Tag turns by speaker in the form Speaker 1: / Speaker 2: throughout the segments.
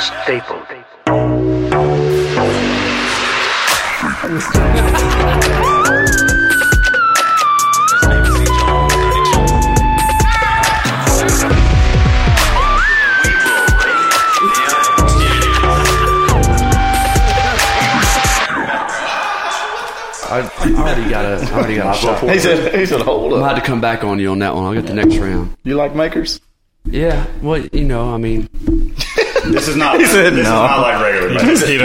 Speaker 1: staple.
Speaker 2: I I already got a, I already got a shot.
Speaker 3: He said, he said, hold
Speaker 2: I'm gonna
Speaker 3: up.
Speaker 2: have to come back on you on that one. I'll get the next round.
Speaker 3: You like makers?
Speaker 2: Yeah, well, you know, I mean,
Speaker 4: This is not.
Speaker 3: He said
Speaker 4: this is
Speaker 3: no.
Speaker 4: not like regular.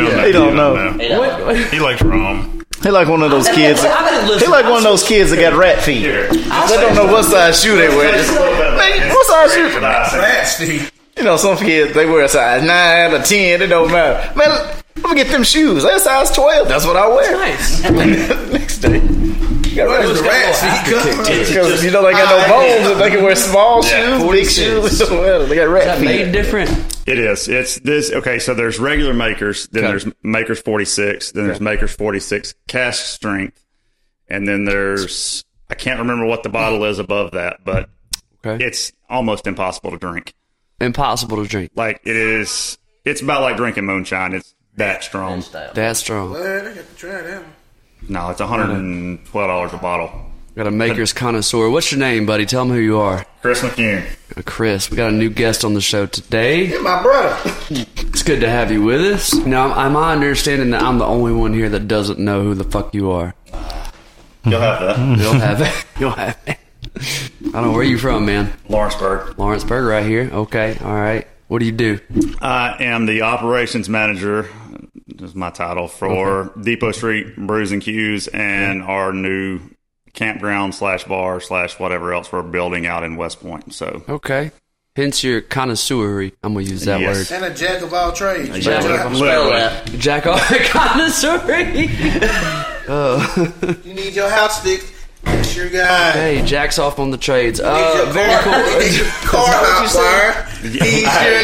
Speaker 4: Mac.
Speaker 5: He don't know.
Speaker 3: He don't know.
Speaker 2: what, what-
Speaker 5: He likes rum.
Speaker 3: He like one of those
Speaker 6: I mean,
Speaker 3: kids.
Speaker 6: I mean,
Speaker 3: He
Speaker 6: listen,
Speaker 3: like one of those kids that got rat feet.
Speaker 4: Here.
Speaker 3: They don't know what size shoe they wear. Just, man, what size shoe?
Speaker 4: Nasty.
Speaker 3: You know, some kids they wear a size nine or ten. It don't matter. Man, I'm gonna get them shoes. They're size twelve. That's what I wear.
Speaker 6: Nice.
Speaker 3: Next day, you got
Speaker 7: It
Speaker 3: rat
Speaker 7: was rats. He cut through.
Speaker 3: because you know they got no bones. and They can wear small shoes, big
Speaker 7: 46.
Speaker 3: shoes. It don't matter. They got rat
Speaker 2: that made
Speaker 3: feet.
Speaker 2: different.
Speaker 4: It is. It's this. Okay, so there's regular makers, then
Speaker 2: Okay.
Speaker 4: there's makers 46, then there's makers 46 cast strength, and then there's I can't remember what the bottle is above that, but
Speaker 2: Okay,
Speaker 4: it's almost impossible to drink.
Speaker 2: impossible to drink.
Speaker 4: Like it is. It's about like drinking moonshine. It's that strong.
Speaker 2: That's strong.
Speaker 7: Man, I got to try that one.
Speaker 4: No, it's 112 dollars a bottle.
Speaker 2: Got a maker's connoisseur. What's your name, buddy? Tell them who you are.
Speaker 4: Chris McCune.
Speaker 2: Uh, Chris, we got a new guest on the show today.
Speaker 7: My brother.
Speaker 2: It's good to have you with us. Now, am I understanding that I'm the only one here that doesn't know who the fuck you are?
Speaker 4: You'll have that.
Speaker 2: You'll have it. You'll have it. I don't know where you from, man.
Speaker 4: Lawrenceburg.
Speaker 2: Lawrenceburg, right here. Okay, all right. What do you do?
Speaker 4: I am the operations manager. Is my title for Depot Street Brews and Q's and our new campground slash bar slash whatever else we're building out in West Point. So
Speaker 2: Okay. Hence your connoisseury. I'm gonna use that
Speaker 4: Yes.
Speaker 7: And a jack of all trades.
Speaker 4: jack
Speaker 7: You know,
Speaker 4: of all-
Speaker 6: Spell
Speaker 4: Literally.
Speaker 6: that.
Speaker 2: word. Jack off connoisseury.
Speaker 7: You need your hot sticks. Make sure you got.
Speaker 2: hey, Jack's off on the trades.
Speaker 7: Need
Speaker 2: Uh,
Speaker 7: your
Speaker 2: very
Speaker 7: car,
Speaker 2: cool.
Speaker 7: need your car hot wire. He's your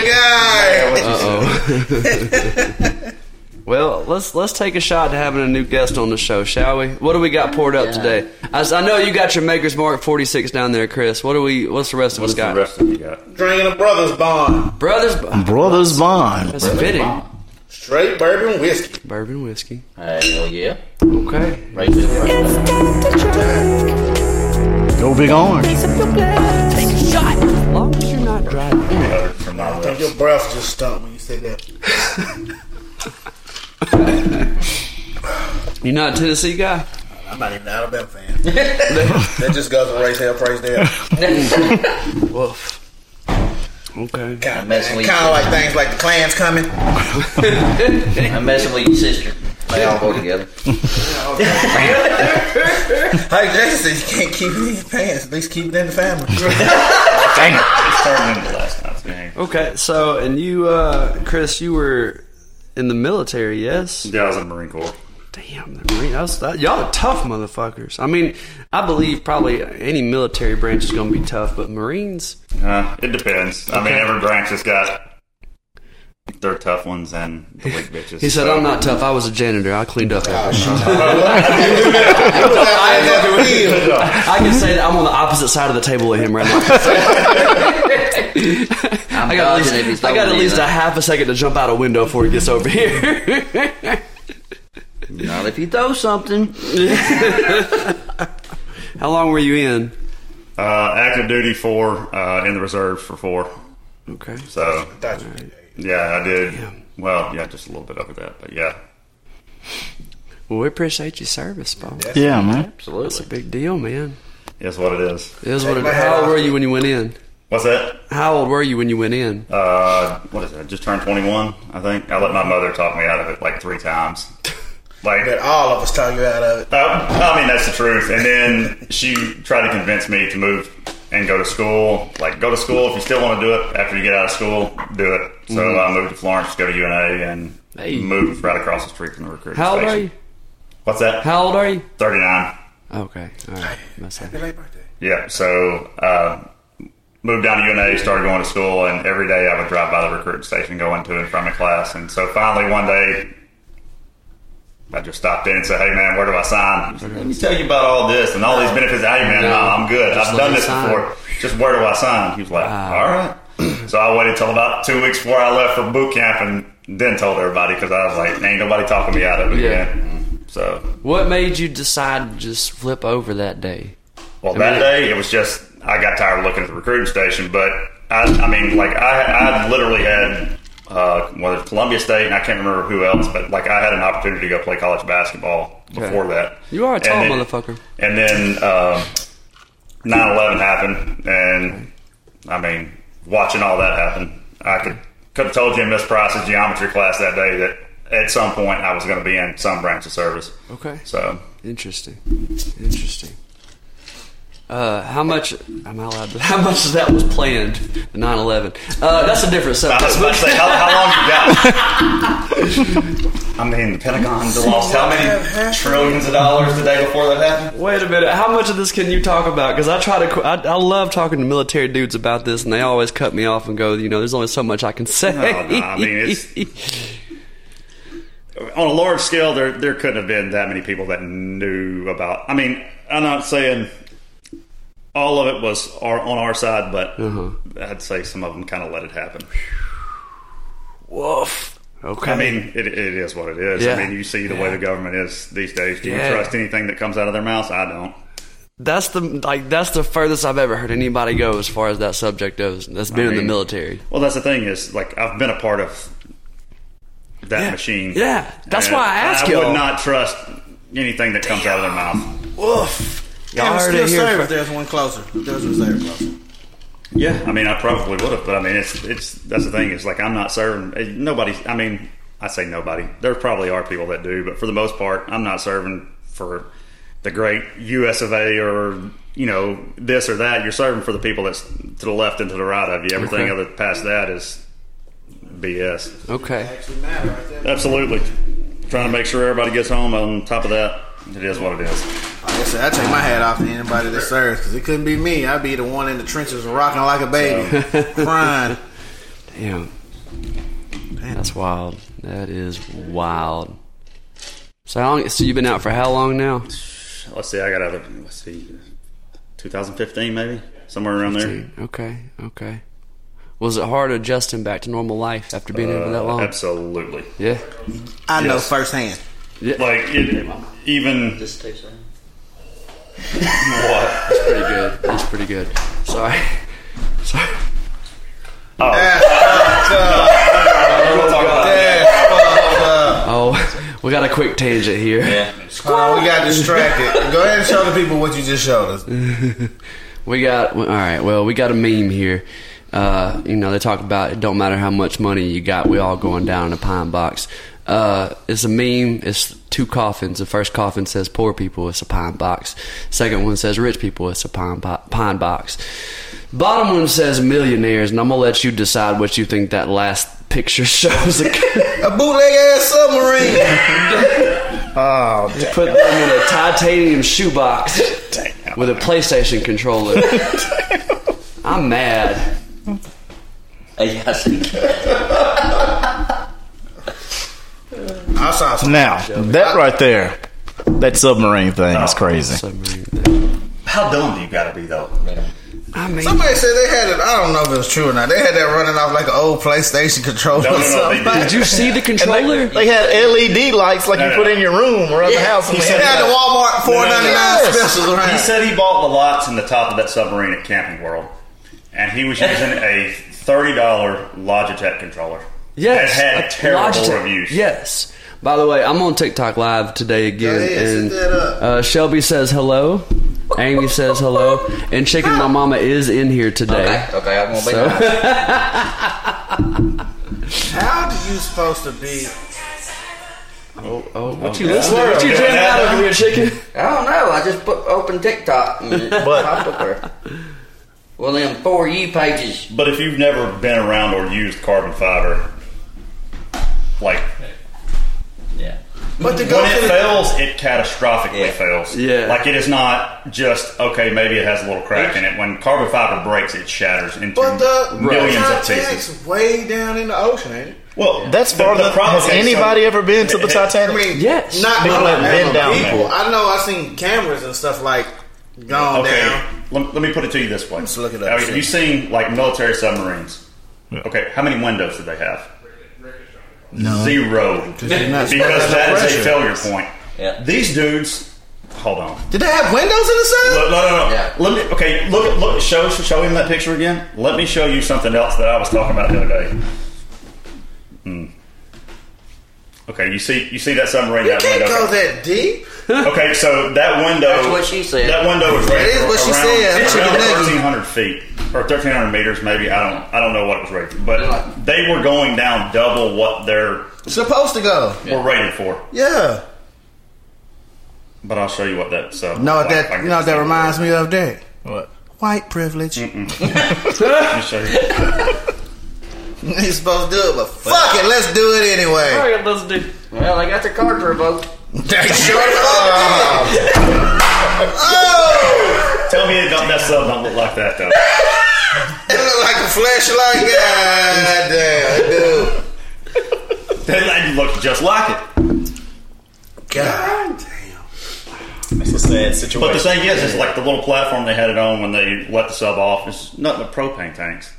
Speaker 7: guy.
Speaker 2: Well, let's let's take a shot to having a new guest on the show, shall we? What do we got poured up
Speaker 6: Yeah.
Speaker 2: today? I, s- I know you got your Maker's Mark 46 down there, Chris. What do we? What's the rest of us got?
Speaker 4: rest of you got?
Speaker 7: Drinking a brother's bond.
Speaker 2: Brothers.
Speaker 3: Brothers bond.
Speaker 2: That's fitting.
Speaker 7: Straight bourbon whiskey.
Speaker 2: Bourbon whiskey.
Speaker 6: Hell yeah.
Speaker 2: Okay.
Speaker 6: Right to the front.
Speaker 3: Go big orange.
Speaker 2: As long as you're not driving.
Speaker 4: From my
Speaker 7: And your breath just stunk when you said that.
Speaker 2: You're not a Tennessee guy.
Speaker 7: I'm not even an Alabama fan. that just goes to raise hell, praise there.
Speaker 2: Woof. Okay.
Speaker 7: Kind
Speaker 6: messing
Speaker 7: of
Speaker 6: with
Speaker 7: like things like the Klan's coming.
Speaker 6: I'm messing with your sister. They all go together.
Speaker 7: Like Jason said, you can't keep it in your pants. At least keep it in the family.
Speaker 4: It's turned into last night's game.
Speaker 2: Okay. So, and you, uh, Chris, you were in the military, yes?
Speaker 4: Yeah, I was in the Marine Corps.
Speaker 2: Damn, the Marine. That's, that, y'all are tough motherfuckers. I mean, I believe probably any military branch is going to be tough, but Marines.
Speaker 4: Uh, it depends. I mean,
Speaker 2: Okay.
Speaker 4: every branch has got their tough ones and the weak bitches.
Speaker 2: He said,
Speaker 4: So-
Speaker 2: "I'm not tough. I was a janitor. I cleaned up." after me."
Speaker 7: I never feel.
Speaker 2: I can say that I'm on the opposite side of the table with him right now. I got, at
Speaker 6: dodging
Speaker 2: least,
Speaker 6: if he's
Speaker 2: I got
Speaker 6: throwing
Speaker 2: at
Speaker 6: me,
Speaker 2: least
Speaker 6: though.
Speaker 2: a half a second to jump out a window before he gets over here.
Speaker 6: Not if you throw something.
Speaker 2: How long were you in?
Speaker 4: Uh, active duty four, uh, in the reserves for four.
Speaker 2: Okay.
Speaker 4: So
Speaker 7: Thought you did.
Speaker 4: yeah, I did. Well, yeah, just a little bit over that, but yeah.
Speaker 2: Well, we appreciate your service, Paul.
Speaker 3: Yeah, man.
Speaker 2: It's a
Speaker 6: Absolutely.
Speaker 2: big deal, man.
Speaker 4: It's what it is.
Speaker 2: It is what it,
Speaker 7: my hat
Speaker 2: how old
Speaker 7: off.
Speaker 2: were you when you went in?
Speaker 4: What's that?
Speaker 2: How old were you when you went in?
Speaker 4: Uh, what is it? I just turned 21, I think. I let my mother talk me out of it like three times. Like,
Speaker 7: But all of us talk you out of it.
Speaker 4: Uh, I mean, that's the truth. And then she tried to convince me to move and go to school. Like, go to school if you still want to do it after you get out of school, do it. So I moved to Florence to go to UNA and
Speaker 2: Mm-hmm. Hey.
Speaker 4: moved right across the street from the recruiting
Speaker 2: How old
Speaker 4: station.
Speaker 2: are you?
Speaker 4: What's that?
Speaker 2: How old are you?
Speaker 4: 39.
Speaker 2: Okay. All right. That's it.
Speaker 7: Happy late birthday.
Speaker 4: Yeah, so uh, moved down to UNA, started going to school, and every day I would drive by the recruiting station going to and from a class. And so finally one day, I just stopped in and said, "Hey man, where do I sign?" He said, Let me tell you about all this and all these benefits. Hey man,
Speaker 2: No,
Speaker 4: no, I'm good.
Speaker 2: just
Speaker 4: I've
Speaker 2: let
Speaker 4: done
Speaker 2: me
Speaker 4: this
Speaker 2: sign."
Speaker 4: before. Just where do I sign? He was like, "All right." So I waited till about two weeks before I left for boot camp, and then told everybody because I was like, ain't nobody talking me out of it
Speaker 2: Yeah.
Speaker 4: again. So,
Speaker 2: What made you decide to just flip over that day?
Speaker 4: well,
Speaker 2: I
Speaker 4: that
Speaker 2: mean-
Speaker 4: day it was just I got tired of looking at the recruiting station, but I, I mean, like I, I literally had uh, whether it's Columbia State and I can't remember who else, but like I had an opportunity to go play college basketball before that.
Speaker 2: You are a
Speaker 4: And
Speaker 2: tall
Speaker 4: then-
Speaker 2: motherfucker.
Speaker 4: And then um 9/11 happened, and I mean, watching all that happen, I could could have told you in Miss Price's geometry class that day that at some point I was going to be in some branch of service.
Speaker 2: Okay.
Speaker 4: So
Speaker 2: Interesting. Interesting. Uh, how much? Am I allowed to, How much of that was planned? The 9/11. Uh, that's a different
Speaker 4: I was
Speaker 2: subject.
Speaker 4: about to say, how, how long you got? I mean, the Pentagon lost how many trillions of dollars the day before that happened?
Speaker 2: Wait a minute. How much of this can you talk about? Because I try to. qu- I, I love talking to military dudes about this, and they always cut me off and go, you know, there's only so much I can say.
Speaker 4: no, I mean, it's- On a large scale, there there couldn't have been that many people that knew about. I mean, I'm not saying all of it was our, on our side, but
Speaker 2: Uh-huh.
Speaker 4: I'd say some of them kind of let it happen.
Speaker 2: woof. Okay.
Speaker 4: I mean, it, it is what it is.
Speaker 2: Yeah.
Speaker 4: I mean, you see the way the government is these days. Do
Speaker 2: Yeah.
Speaker 4: you trust anything that comes out of their mouths? I don't.
Speaker 2: that's the like that's the furthest I've ever heard anybody go as far as that subject goes. That's been in the
Speaker 4: mean-
Speaker 2: military.
Speaker 4: Well, that's the thing is, like, I've been a part of that machine.
Speaker 2: Yeah. That's
Speaker 4: And
Speaker 2: why I ask
Speaker 4: I
Speaker 2: y'all.
Speaker 4: would not trust anything that comes out of their mouth.
Speaker 2: Woof. Y'all
Speaker 7: Damn, it's
Speaker 2: heard
Speaker 7: still
Speaker 2: it here.
Speaker 7: served
Speaker 2: fir-
Speaker 7: if there's one closer. If there's one there closer.
Speaker 4: Yeah, I mean, I probably would have, but I mean, it's it's that's the thing is, like, I'm not serving eh, nobody. I mean, I say nobody. There probably are people that do, but for the most part, I'm not serving for the great U.S. of A. or you know this or that. You're serving for the people that's to the left and to the right of you. Everything
Speaker 2: Okay.
Speaker 4: other past that is BS.
Speaker 2: Okay.
Speaker 7: Actually matter right there.
Speaker 4: Absolutely. Trying to make sure everybody gets home. On top of that, it is what it is.
Speaker 7: Like I said, I take my hat off to anybody that serves because it couldn't be me. I'd be the one in the trenches rocking like a baby, crying.
Speaker 2: Damn. That's wild. That is wild. So how long? So you've been out for how long now?
Speaker 4: Let's see. I got other. Let's see. 2015, maybe somewhere around there.
Speaker 2: Okay. Okay. Was it hard adjusting back to normal life after being in for that
Speaker 4: Uh,
Speaker 2: long?
Speaker 4: absolutely.
Speaker 2: Yeah.
Speaker 7: I know
Speaker 4: Yes.
Speaker 7: firsthand.
Speaker 4: Like it, even
Speaker 6: Just takes a-
Speaker 4: what?
Speaker 2: Pretty good. That's pretty good. Sorry. Sorry.
Speaker 4: We'll talk about that.
Speaker 2: Oh, we got a quick tangent here.
Speaker 6: Yeah.
Speaker 7: Oh, we got distracted. Go ahead and show the people what you just showed us.
Speaker 4: Mm-hmm.
Speaker 2: We got all right. Well, we got a meme here. Uh, you know, they talk about it don't matter how much money you got, we all going down in a pine box. Uh, it's a meme. It's two coffins. The first coffin says poor people. It's a pine box. Second one says rich people. It's a pine bo- pine box. Bottom one says millionaires, and I'm gonna let you decide what you think that last picture shows.
Speaker 7: A bootleg ass submarine.
Speaker 2: Put them in a titanium shoebox with a PlayStation controller. I'm mad.
Speaker 6: Hey, I see.
Speaker 7: I saw some.
Speaker 3: Now, that right there, that submarine thing is crazy.
Speaker 2: Submarine.
Speaker 4: How dumb do you got to be though?
Speaker 2: I mean,
Speaker 7: Somebody said they had it. I don't know if it was true or not. They had that running off like an old PlayStation controller
Speaker 4: No, no,
Speaker 7: or
Speaker 4: no,
Speaker 7: something.
Speaker 4: they did.
Speaker 2: Did you see the
Speaker 3: And
Speaker 2: controller?
Speaker 3: they, they had LED lights like you put in your room or around the house. And
Speaker 7: They
Speaker 3: they had
Speaker 7: had the Walmart four ninety nine
Speaker 3: Yes.
Speaker 7: specials around.
Speaker 4: He said he bought the lots in the top of that submarine at Camping World, and he was using a thirty dollar Logitech controller.
Speaker 2: yes.
Speaker 4: it had
Speaker 2: a
Speaker 4: terrible
Speaker 2: Logitech.
Speaker 4: reviews.
Speaker 2: Yes. By the way, I'm on TikTok live today again,
Speaker 7: Go ahead, set
Speaker 2: and
Speaker 7: that up.
Speaker 2: uh, Shelby says hello, Amy says hello, and Chicken My Mama is in here today.
Speaker 6: Okay, okay, I'm gonna be
Speaker 2: So-
Speaker 6: nice.
Speaker 7: How do you supposed to be?
Speaker 2: Oh, what you listening? What you
Speaker 4: okay.
Speaker 2: drinking out of here, Chicken?
Speaker 6: I don't know. I just put open TikTok and it popped up there. Well, them four you pages.
Speaker 4: But if you've never been around or used carbon fiber, like
Speaker 6: Yeah.
Speaker 7: But to go
Speaker 4: when it
Speaker 7: to the
Speaker 4: fails, it catastrophically
Speaker 6: Yeah.
Speaker 4: fails.
Speaker 2: Yeah.
Speaker 4: like it is not just okay. Maybe it has a little crack in it. When carbon fiber breaks, it shatters into
Speaker 7: But the
Speaker 4: millions of pieces.
Speaker 7: Titanic's way down in the ocean, ain't it?
Speaker 4: Well,
Speaker 3: That's farther. Has anybody ever been to the
Speaker 7: I
Speaker 3: Titanic?
Speaker 7: mean,
Speaker 2: Yes.
Speaker 7: not
Speaker 3: People
Speaker 7: not
Speaker 3: have been
Speaker 7: people.
Speaker 3: down
Speaker 4: there.
Speaker 7: I know. I seen cameras and stuff like gone
Speaker 4: Okay,
Speaker 7: down.
Speaker 4: let, let me put it to you this way.
Speaker 7: Let's look it up.
Speaker 4: Now, you've seen like military submarines. Okay, how many windows do they have? Zero.
Speaker 7: you're
Speaker 4: Because
Speaker 7: not spreading
Speaker 4: that
Speaker 7: the
Speaker 4: is
Speaker 7: pressure.
Speaker 4: a failure point.
Speaker 6: Yeah.
Speaker 4: These dudes, hold on.
Speaker 7: Did they have windows in the cell?
Speaker 4: Look, no, no, no.
Speaker 6: Yeah.
Speaker 4: Let me. Okay, look, look. Show, show him that picture again. Let me show you something else that I was talking about the other day. Hmm. Okay, you see, you see that submarine.
Speaker 7: You
Speaker 4: that
Speaker 7: can't
Speaker 4: window.
Speaker 7: go that deep.
Speaker 4: Okay, so that window.
Speaker 6: That's what she said.
Speaker 4: That window was rated
Speaker 7: That is what she
Speaker 4: around,
Speaker 7: said. That's
Speaker 4: around
Speaker 7: what it is.
Speaker 4: thirteen hundred feet or thirteen hundred meters, maybe. I don't. I don't know what it was rated,
Speaker 6: Yeah.
Speaker 4: but they were going down double what they're
Speaker 7: Supposed to go.
Speaker 4: were rated for.
Speaker 7: Yeah.
Speaker 4: But I'll show you what that. So
Speaker 7: No,
Speaker 4: like, I
Speaker 7: that
Speaker 4: can
Speaker 7: you know what that
Speaker 4: see.
Speaker 7: reminds me of Derek.
Speaker 3: What?
Speaker 7: White privilege.
Speaker 4: Let me show you.
Speaker 7: He's supposed to do it, but fuck it, let's do it anyway.
Speaker 6: Well, they got their cards revoked.
Speaker 4: Tell me it don't that sub don't look like that though.
Speaker 7: It look like a flashlight. God damn, dude.
Speaker 4: that looked just like it.
Speaker 7: God.
Speaker 3: That's a sad situation.
Speaker 4: But the thing is, it's like the little platform they had it on when they let the sub off. It's nothing but propane tanks.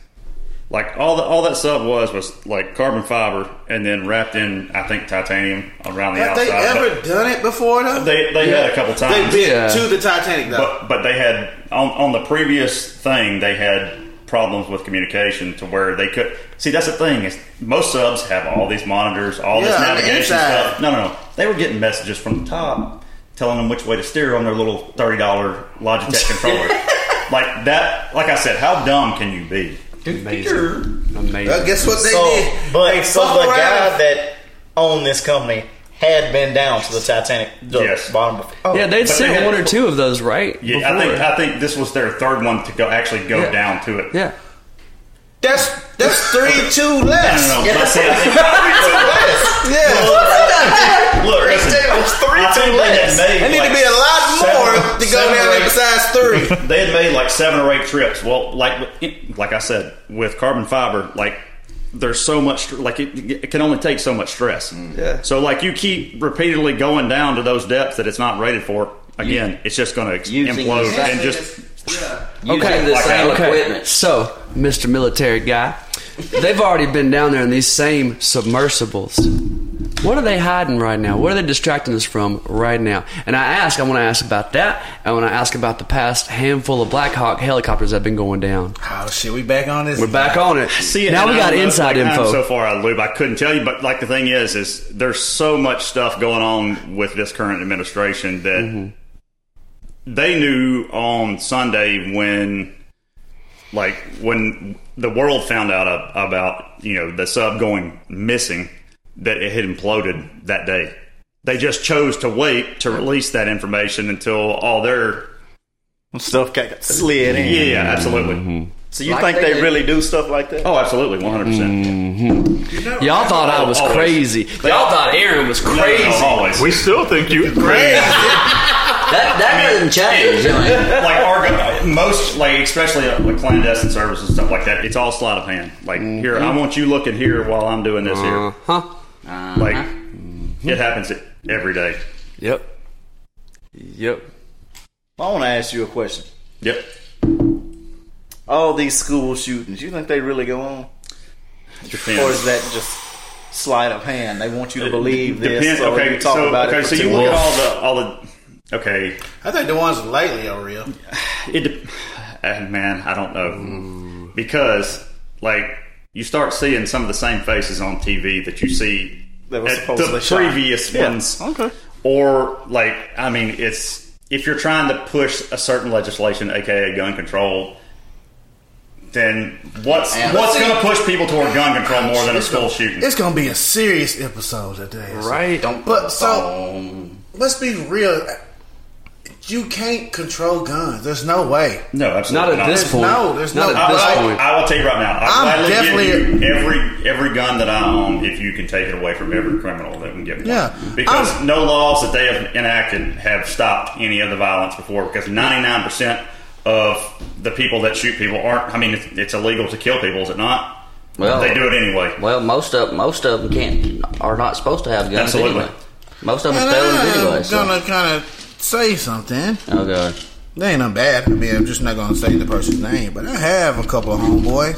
Speaker 4: Like all the, all that sub was was like carbon fiber and then wrapped in I think titanium around the
Speaker 7: Have
Speaker 4: outside.
Speaker 7: they ever done it before though?
Speaker 4: But they they had a couple
Speaker 7: They've
Speaker 4: times,
Speaker 7: been
Speaker 2: Yeah.
Speaker 7: to the Titanic though.
Speaker 4: but but they had on on the previous thing they had problems with communication to where they could see that's the thing is most subs have all these monitors all
Speaker 7: Yeah,
Speaker 4: this
Speaker 7: on the
Speaker 4: navigation
Speaker 7: inside.
Speaker 4: stuff no no no they were getting messages from the top telling them which way to steer on their little $30 logitech controller like that like i said how dumb can you be
Speaker 2: Amazing.
Speaker 7: Well,
Speaker 2: Amazing.
Speaker 7: guess what they
Speaker 3: so,
Speaker 7: did?
Speaker 3: but
Speaker 7: They
Speaker 3: so
Speaker 7: fuck
Speaker 3: the
Speaker 7: around.
Speaker 3: guy that owned this company had been down to the Titanic, the
Speaker 4: Yes.
Speaker 3: bottom. Of, oh,
Speaker 2: Yeah, they'd
Speaker 4: But they
Speaker 2: sent
Speaker 4: had-
Speaker 2: one or two of those, right?
Speaker 4: yeah, I think
Speaker 2: Before.
Speaker 4: I think this was their third one to go actually go
Speaker 2: Yeah.
Speaker 4: down to it.
Speaker 2: Yeah.
Speaker 7: That's that's three two
Speaker 4: I don't
Speaker 7: less.
Speaker 4: know. But see, I think,
Speaker 7: Yeah.
Speaker 4: look, listen,
Speaker 3: three
Speaker 4: I think
Speaker 3: to
Speaker 4: they
Speaker 3: less.
Speaker 4: had made
Speaker 7: There need
Speaker 4: like
Speaker 7: to be a lot more
Speaker 4: seven-
Speaker 7: to go
Speaker 4: seven
Speaker 7: down
Speaker 4: or
Speaker 7: there
Speaker 4: eight-
Speaker 7: besides three.
Speaker 4: they had made like seven or eight trips. Well, like like I said, with carbon fiber, like there's so much like it, it can only take so much stress.
Speaker 7: Yeah.
Speaker 4: So like you keep repeatedly going down to those depths that it's not rated for. Again, it's just going to ex-
Speaker 6: Using
Speaker 4: implode
Speaker 6: the-
Speaker 4: and just
Speaker 6: Using the
Speaker 4: like
Speaker 6: same
Speaker 4: that.
Speaker 6: equipment.
Speaker 2: So, Mr. Military Guy, they've already been down there in these same submersibles. What are they hiding right now? What are they distracting us from right now? And I ask, I want to ask about that. I want to ask about the past handful of Black Hawk helicopters that have been going down.
Speaker 7: Oh shit, we back on this.
Speaker 2: We're back on it.
Speaker 4: see it.
Speaker 2: now
Speaker 4: and
Speaker 2: we
Speaker 4: I
Speaker 2: got
Speaker 4: don't know,
Speaker 2: inside
Speaker 4: like, I'm
Speaker 2: info.
Speaker 4: So far, I loop. I couldn't tell you, but like the thing is, is there's so much stuff going on with this current administration that
Speaker 2: Mm-hmm.
Speaker 4: they knew on Sunday when, like, when the world found out ab- about you know the sub going missing that it had imploded that day. They just chose to wait to release that information until all their
Speaker 3: Stuff got slid in.
Speaker 4: yeah, yeah absolutely.
Speaker 3: So you
Speaker 6: Like
Speaker 3: think
Speaker 6: they
Speaker 3: they, Mm.
Speaker 6: did.
Speaker 3: really do stuff like that?
Speaker 4: Oh, absolutely, one hundred percent.
Speaker 2: Y'all thought I was
Speaker 4: Always.
Speaker 2: crazy. Y'all thought Aaron was crazy.
Speaker 4: always.
Speaker 1: We still think you crazy.
Speaker 6: That, that doesn't change. I mean,
Speaker 4: like our gov- most like especially uh, like clandestine services and stuff like that it's all sleight of hand like
Speaker 3: Mm-hmm.
Speaker 4: here i want you looking here while i'm doing this
Speaker 3: Uh-huh.
Speaker 4: here
Speaker 2: Huh?
Speaker 4: like it happens every day
Speaker 2: Yep. Yep.
Speaker 3: I want to ask you a question.
Speaker 4: yep
Speaker 3: All these school shootings, you think they really go on,
Speaker 4: Depends.
Speaker 3: or is that just sleight of hand? They want you to believe this,
Speaker 4: Depends.
Speaker 3: or
Speaker 4: okay
Speaker 3: you talk
Speaker 4: so
Speaker 3: about
Speaker 4: okay
Speaker 3: it. for
Speaker 4: so
Speaker 3: two
Speaker 4: you look at
Speaker 3: weeks.
Speaker 4: all the all the okay
Speaker 7: I think the ones lately are real.
Speaker 4: it de- uh, man i don't know because like you start seeing some of the same faces on tv that you see
Speaker 3: That was
Speaker 4: at
Speaker 3: supposedly
Speaker 4: the
Speaker 3: shot.
Speaker 4: previous
Speaker 3: Yeah.
Speaker 4: ones
Speaker 3: Okay.
Speaker 4: or like i mean it's if you're trying to push a certain legislation aka gun control then what's
Speaker 6: Yeah.
Speaker 4: what's going to push people toward gun control more than a school shooting
Speaker 7: Oh, It's gonna be a serious episode today.
Speaker 2: Right.
Speaker 6: don't
Speaker 7: But
Speaker 6: put
Speaker 7: so-
Speaker 6: on.
Speaker 7: Let's be real. You can't control guns. There's no way.
Speaker 4: no
Speaker 2: Not
Speaker 4: absolutely
Speaker 2: at this point.
Speaker 7: No, there's
Speaker 2: Not
Speaker 7: no-
Speaker 2: at this
Speaker 4: I, I-
Speaker 2: point.
Speaker 4: I will tell you right now. I
Speaker 7: I'm
Speaker 4: gladly give
Speaker 7: definitely-
Speaker 4: you every every gun that I own if you can take it away from every criminal that can get one.
Speaker 7: Yeah,
Speaker 4: because
Speaker 7: I'm-
Speaker 4: no laws that they have enacted have stopped any of the violence before. Because ninety nine percent of the people that shoot people aren't. I mean, it's, it's illegal to kill people, is it not?
Speaker 6: Well-
Speaker 4: they do it anyway.
Speaker 6: Well, most of most of them can't are not supposed to have guns
Speaker 4: Absolutely.
Speaker 6: anyway. Most of them
Speaker 7: And
Speaker 6: are felons anyway.
Speaker 7: I'm
Speaker 6: So.
Speaker 7: gonna kind of say something.
Speaker 6: Oh god.
Speaker 7: They ain't nothing bad. I mean, I'm just not gonna say the person's name, but I have a couple of homeboys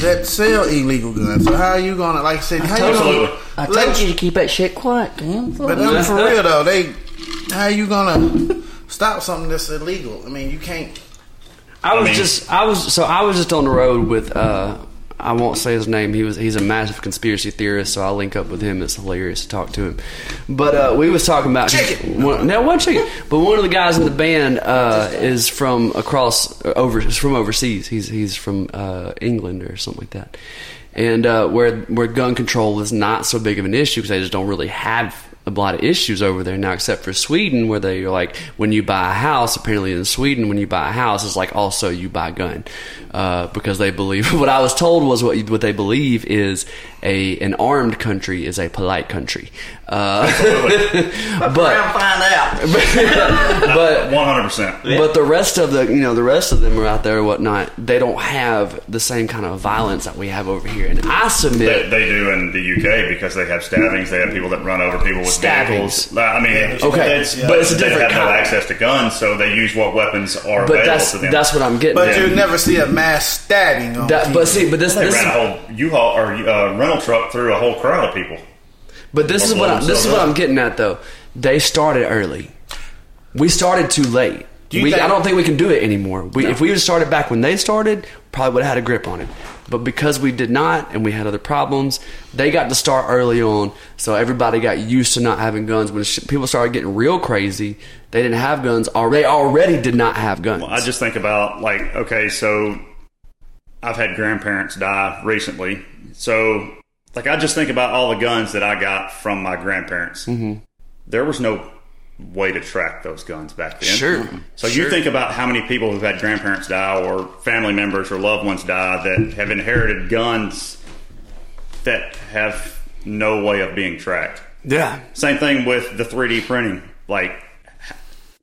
Speaker 7: that sell illegal guns. So how are you gonna like I said? How you
Speaker 4: Absolutely.
Speaker 7: gonna,
Speaker 6: I
Speaker 7: let-
Speaker 6: told you to keep that shit quiet, damn.
Speaker 7: But no, for real though, they how you gonna stop something that's illegal? I mean, you can't.
Speaker 2: I was
Speaker 4: mean-
Speaker 2: just I was so I was just on the road with uh I won't say his name. He was he's a massive conspiracy theorist, so I'll link up with him. It's hilarious to talk to him. But uh, we was talking about
Speaker 7: Chicken.
Speaker 2: One, no one chicken, but one of the guys in the band uh, is from across uh, over is from overseas. He's he's from uh, England or something like that, and uh, where where gun control is not so big of an issue because they just don't really have a lot of issues over there now, except for Sweden, where they're like, when you buy a house, apparently in Sweden, when you buy a house, it's like also you buy a gun, uh, because they believe what I was told was what you- what they believe is a an armed country is a polite country, uh, but
Speaker 6: I'll find out.
Speaker 2: but
Speaker 4: One hundred percent.
Speaker 2: but the rest of the, you know, the rest of them are out there, and whatnot. They don't have the same kind of violence that we have over here. And I
Speaker 4: They,
Speaker 2: submit,
Speaker 4: they do in the UK because they have stabbings. They have people that run over people with
Speaker 2: Stabbings.
Speaker 4: vehicles. I mean,
Speaker 2: Okay.
Speaker 4: it's,
Speaker 2: Yeah. But it's a
Speaker 4: they
Speaker 2: different
Speaker 4: have no
Speaker 2: kind.
Speaker 4: access to guns, so they use what weapons are
Speaker 2: but
Speaker 4: available
Speaker 2: that's
Speaker 4: to them.
Speaker 2: that's what I'm getting.
Speaker 7: But
Speaker 2: at.
Speaker 7: you never see a mass stabbing on.
Speaker 2: That-
Speaker 7: TV.
Speaker 2: but see, but this,
Speaker 4: they
Speaker 2: this
Speaker 4: ran a whole U-Haul or uh, rental truck through a whole crowd of people.
Speaker 2: but this is what I, this is what I'm getting at though. They started early. We started too late.
Speaker 7: you
Speaker 2: we,
Speaker 7: think-
Speaker 2: I don't think we can do it anymore. We, If we would have started back when they started, probably would have had a grip on it. But because we did not, and we had other problems, they got to start early on. So everybody got used to not having guns. When sh- people started getting real crazy, they didn't have guns already. They already did not have guns.
Speaker 4: I just think about like, okay, so I've had grandparents die recently, so like I just think about all the guns that I got from my grandparents. Mm-hmm. There was no way to track those guns back then.
Speaker 2: Sure,
Speaker 4: So
Speaker 2: sure.
Speaker 4: you think about how many people who've had grandparents die or family members or loved ones die that have inherited guns that have no way of being tracked.
Speaker 2: yeah,
Speaker 4: Same thing with the 3D printing. Like h-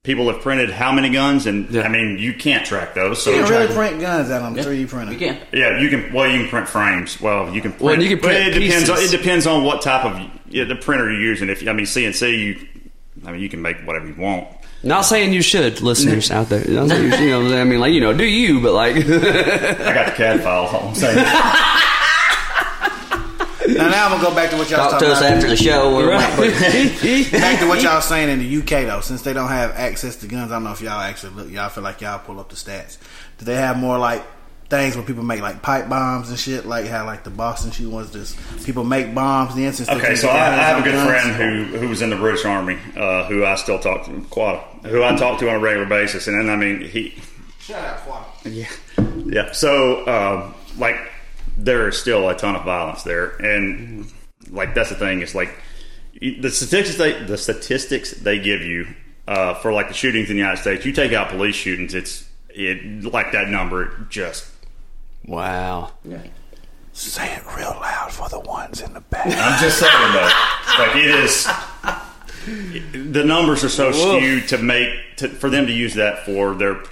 Speaker 4: people have printed how many guns, and
Speaker 2: Yeah.
Speaker 4: I mean you can't track those. So
Speaker 7: you can
Speaker 4: yeah,
Speaker 7: really print guns out on 3D printer.
Speaker 6: You can.
Speaker 4: you can. Well, you can print frames. Well, you can. Print,
Speaker 2: Well, and you can
Speaker 4: but
Speaker 2: print
Speaker 4: it depends. On, it
Speaker 2: pieces.
Speaker 4: depends on what type of yeah, the printer you're using. If I mean CNC, you, I mean you can make whatever you want.
Speaker 2: not saying you should, listeners out there. Not saying you, should, you know, what I'm saying? I mean, like you know, do you? But like,
Speaker 4: I got the CAD files. All I'm saying.
Speaker 7: Now, now I'm gonna go back to what y'all
Speaker 6: Talk
Speaker 7: talking
Speaker 6: to us
Speaker 7: about.
Speaker 6: after the show. We're
Speaker 7: Back to what y'all saying in the UK though, since they don't have access to guns, I don't know if y'all actually look. Y'all feel like y'all pull up the stats. Do they have more like things where people make like pipe bombs and shit? Like how like the Boston shooting was this people make bombs then since they
Speaker 4: Okay,
Speaker 7: can't
Speaker 4: so
Speaker 7: get
Speaker 4: I,
Speaker 7: their
Speaker 4: I
Speaker 7: hands
Speaker 4: have a
Speaker 7: on
Speaker 4: good
Speaker 7: guns?
Speaker 4: friend who, who was in the British Army, uh, who I still talk to, Quada, who I talk to on a regular basis, and then I mean he
Speaker 7: Shout out Quad.
Speaker 4: Yeah. Yeah. So, um, like, there is still a ton of violence there, and like that's the thing. It's like you- the statistics they the statistics they give you uh, for like the shootings in the United States. You take out police shootings, it's it like that number it just.
Speaker 2: wow.
Speaker 7: Say it real loud for the ones in the back.
Speaker 4: I'm just saying though, like it is. The numbers are so skewed to make to, for them to use that for their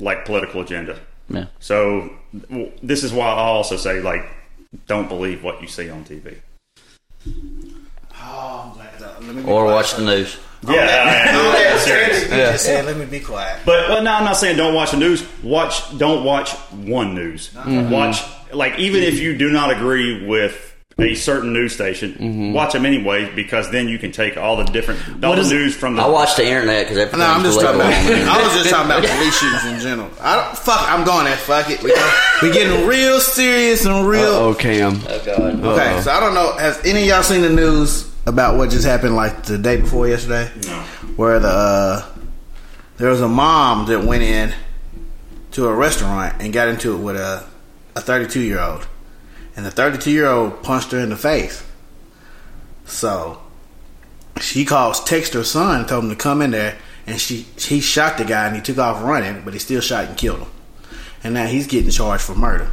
Speaker 4: like political agenda.
Speaker 6: Yeah.
Speaker 4: So w- this is why I also say like, don't believe what you see on TV.
Speaker 7: oh, I'm glad. uh, Let me be
Speaker 6: Or
Speaker 7: quiet.
Speaker 6: watch the news.
Speaker 4: Yeah, I- I- I'm serious.
Speaker 7: You just said, let me be quiet.
Speaker 4: But well, no, I'm not saying don't watch the news. Watch, don't watch one news. Watch like even if you do not agree with a certain news station,
Speaker 6: Mm-hmm.
Speaker 4: watch them anyway because then you can take all the different all the news from the.
Speaker 6: I watch the internet because everything's
Speaker 7: No, I'm just talking about.
Speaker 6: political. on the internet.
Speaker 7: I was just talking about police shootings in general. I don't, fuck, I'm going there. Fuck it. We gon- We getting real serious and real.
Speaker 2: Oh, Cam.
Speaker 6: Oh, God.
Speaker 7: Okay, so I don't know. Has any of y'all seen the news about what just happened, like the day before yesterday? No. Where the uh, there was a mom that went in to a restaurant and got into it with a a 32 year old, and the 32 year old punched her in the face. So she calls, text her son, told him to come in there, and she he shot the guy and he took off running, but he still shot and killed him, and now he's getting charged for murder.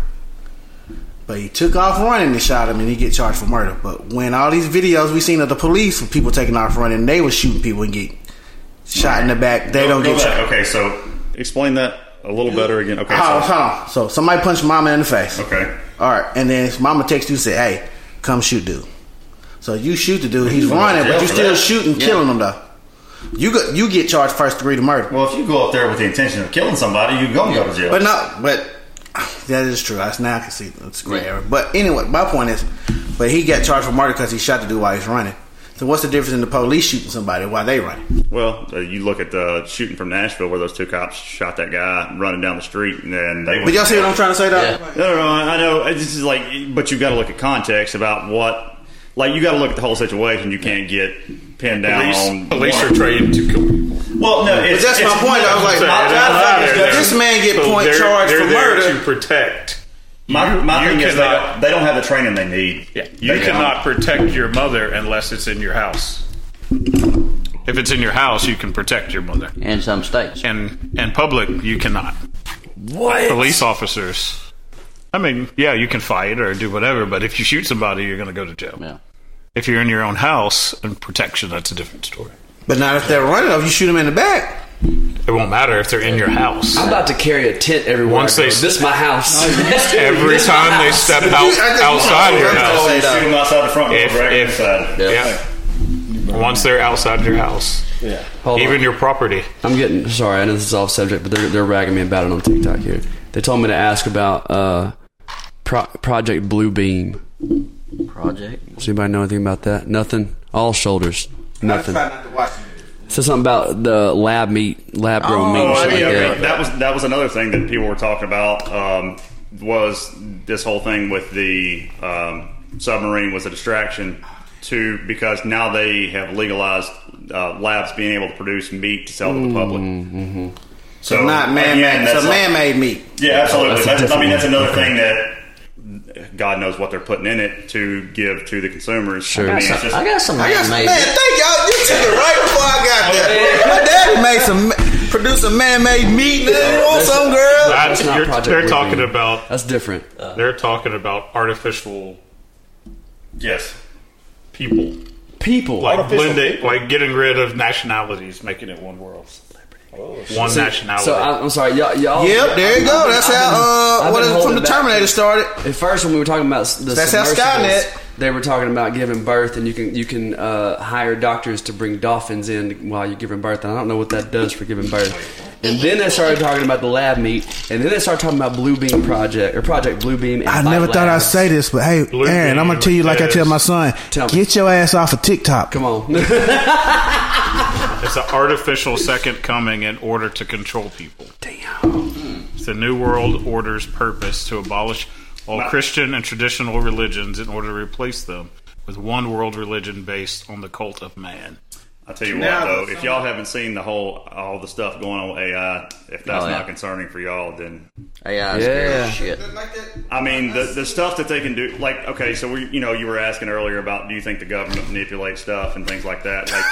Speaker 7: But he took off running and shot him, and he get charged for murder. But when all these videos we seen of the police with people taking off running, they were shooting people and get shot in the back. They don't
Speaker 4: Go
Speaker 7: get shot.
Speaker 4: back. Okay, so explain that a little better again. Okay,
Speaker 7: Oh,
Speaker 4: so,
Speaker 7: hold on. So somebody punched mama in the face.
Speaker 4: okay.
Speaker 7: All right, and then his mama texts you and say, "Hey, come shoot dude." So you shoot the dude. He's running, but you
Speaker 4: for
Speaker 7: still
Speaker 4: that.
Speaker 7: shooting, killing him though. You go, you get charged first degree to murder.
Speaker 4: Well, if you go up there with the intention of killing somebody, you gonna go to jail.
Speaker 7: But no, but That is true. I now I can see it's great error. But anyway, my point is, but he got charged for murder because he shot the dude while he's running. So what's the difference in the police shooting somebody while they running?
Speaker 4: Well, uh, you look at the shooting from Nashville where those two cops shot that guy running down the street, and then they.
Speaker 7: But y'all see what I'm trying to say, though.
Speaker 6: Yeah.
Speaker 4: No, no, no. I know. It's just like, but you got to look at context about what, like, you got to look at the whole situation. You can't get pinned down on.
Speaker 1: Police, police
Speaker 4: one-
Speaker 1: are trained to kill people.
Speaker 4: Well, no, it's,
Speaker 7: But that's my
Speaker 4: it's-
Speaker 7: point. I was like,
Speaker 1: So
Speaker 7: my
Speaker 1: they're
Speaker 7: job
Speaker 1: not
Speaker 7: is
Speaker 1: there.
Speaker 7: that this man get
Speaker 1: So
Speaker 7: point
Speaker 1: they're-
Speaker 7: charged
Speaker 1: they're
Speaker 7: for
Speaker 1: there
Speaker 7: murder.
Speaker 1: to protect.
Speaker 4: My, my
Speaker 1: You
Speaker 4: thing is they
Speaker 1: cannot-
Speaker 4: don't, they don't have the training they need.
Speaker 1: You
Speaker 4: They don't.
Speaker 1: cannot protect your mother unless it's in your house. If it's in your house, you can protect your mother.
Speaker 6: In some states.
Speaker 1: And in public, you cannot.
Speaker 2: What?
Speaker 1: Police officers. I mean, yeah, you can fight or do whatever, but if you shoot somebody, you're going to go to jail.
Speaker 6: Yeah.
Speaker 1: If you're in your own house and protection, that's a different story.
Speaker 7: But not if they're running. If you shoot him in the back,
Speaker 1: It won't matter if they're in your house.
Speaker 2: I'm about to carry a tent everywhere.
Speaker 1: Once
Speaker 2: I go.
Speaker 1: they-
Speaker 2: this is my house.
Speaker 1: Every
Speaker 2: This is my
Speaker 1: time they
Speaker 2: house.
Speaker 1: step out
Speaker 7: I just-
Speaker 1: outside your
Speaker 7: I'm
Speaker 1: house.
Speaker 4: Oh,
Speaker 7: say
Speaker 4: you
Speaker 7: that.
Speaker 4: shoot them outside the front door,
Speaker 1: If-
Speaker 4: right
Speaker 1: if-
Speaker 4: inside.
Speaker 6: Yeah.
Speaker 1: Yeah. Once they're outside your house,
Speaker 2: Hold
Speaker 1: even
Speaker 2: on.
Speaker 1: your property.
Speaker 2: I'm getting sorry. I know this is off subject, but they're they're ragging me about it on TikTok here. They told me to ask about uh, Pro- Project Blue Beam.
Speaker 6: Project.
Speaker 2: Does anybody know anything about that? Nothing. All shoulders. Nothing.
Speaker 7: not to watch
Speaker 2: Said something about the lab meat, lab grown meat,
Speaker 4: Oh,
Speaker 2: and
Speaker 4: I
Speaker 2: shit
Speaker 4: mean,
Speaker 2: like
Speaker 4: okay,
Speaker 2: that.
Speaker 4: that was that was another thing that people were talking about um, was this whole thing with the um, submarine was a distraction to because now they have legalized uh, labs being able to produce meat to sell to the public. So,
Speaker 7: Not
Speaker 4: again,
Speaker 7: man-made.
Speaker 4: that's
Speaker 7: It's a
Speaker 4: like-
Speaker 7: man-made meat.
Speaker 4: Yeah, absolutely.
Speaker 2: That's a
Speaker 4: That's- I mean, that's
Speaker 2: different
Speaker 4: another thing that God knows what they're putting in it to give to the consumers.
Speaker 2: Sure.
Speaker 4: I mean, it's
Speaker 6: So,
Speaker 4: just-
Speaker 6: I got some
Speaker 7: I got man.
Speaker 6: man-made.
Speaker 7: Thank y'all. You took it right before I got there. My daddy made some, ma- produced some man-made meat. Nigga, You want some, girl?
Speaker 1: That's-
Speaker 2: not
Speaker 1: you're-
Speaker 2: Project
Speaker 1: they're
Speaker 2: Blue
Speaker 1: talking
Speaker 2: Beam.
Speaker 1: about
Speaker 2: That's different.
Speaker 1: they're talking about artificial
Speaker 4: yes.
Speaker 1: people,
Speaker 2: People.
Speaker 1: like blending, like getting rid of nationalities, making it one world, one nationality.
Speaker 2: so I, I'm sorry, y'all. y'all
Speaker 7: Yep, there you
Speaker 2: I've
Speaker 7: go.
Speaker 2: been-
Speaker 7: That's
Speaker 2: I've been-
Speaker 7: how uh,
Speaker 2: I've
Speaker 7: what
Speaker 2: been
Speaker 7: is it from
Speaker 2: holding
Speaker 7: the
Speaker 2: back.
Speaker 7: Terminator started.
Speaker 2: At first, when we were talking about s- the
Speaker 7: That's how
Speaker 2: submersibles,
Speaker 7: Skynet-
Speaker 2: they were talking about giving birth, and you can you can uh, hire doctors to bring dolphins in while you're giving birth. And I don't know what that does for giving birth. And then they started talking about the lab meat, and then they started talking about Blue Beam Project or Project Blue Beam. And
Speaker 5: I
Speaker 2: Bite
Speaker 5: never thought I'd
Speaker 2: Labs.
Speaker 5: say this, but hey,
Speaker 1: Blue
Speaker 5: Aaron, I'm
Speaker 1: bean
Speaker 5: gonna tell you like I
Speaker 1: is-
Speaker 5: tell my son,
Speaker 2: Tell me.
Speaker 5: get your ass off of TikTok.
Speaker 2: Come on,
Speaker 1: it's an artificial second coming in order to control people.
Speaker 2: damn.
Speaker 1: The New World Order's purpose to abolish all Christian and traditional religions in order to replace them with one world religion based on the cult of man.
Speaker 4: I'll tell you
Speaker 7: Now
Speaker 4: what, though,
Speaker 7: that
Speaker 4: if y'all haven't seen the whole all the stuff going on with AI, if that's
Speaker 6: Oh, yeah.
Speaker 4: not concerning for y'all, then
Speaker 6: AI is
Speaker 2: Yeah.
Speaker 6: scary shit.
Speaker 4: I mean the the stuff that they can do, like okay, so we you know you were asking earlier about do you think the government manipulates stuff and things like that, like.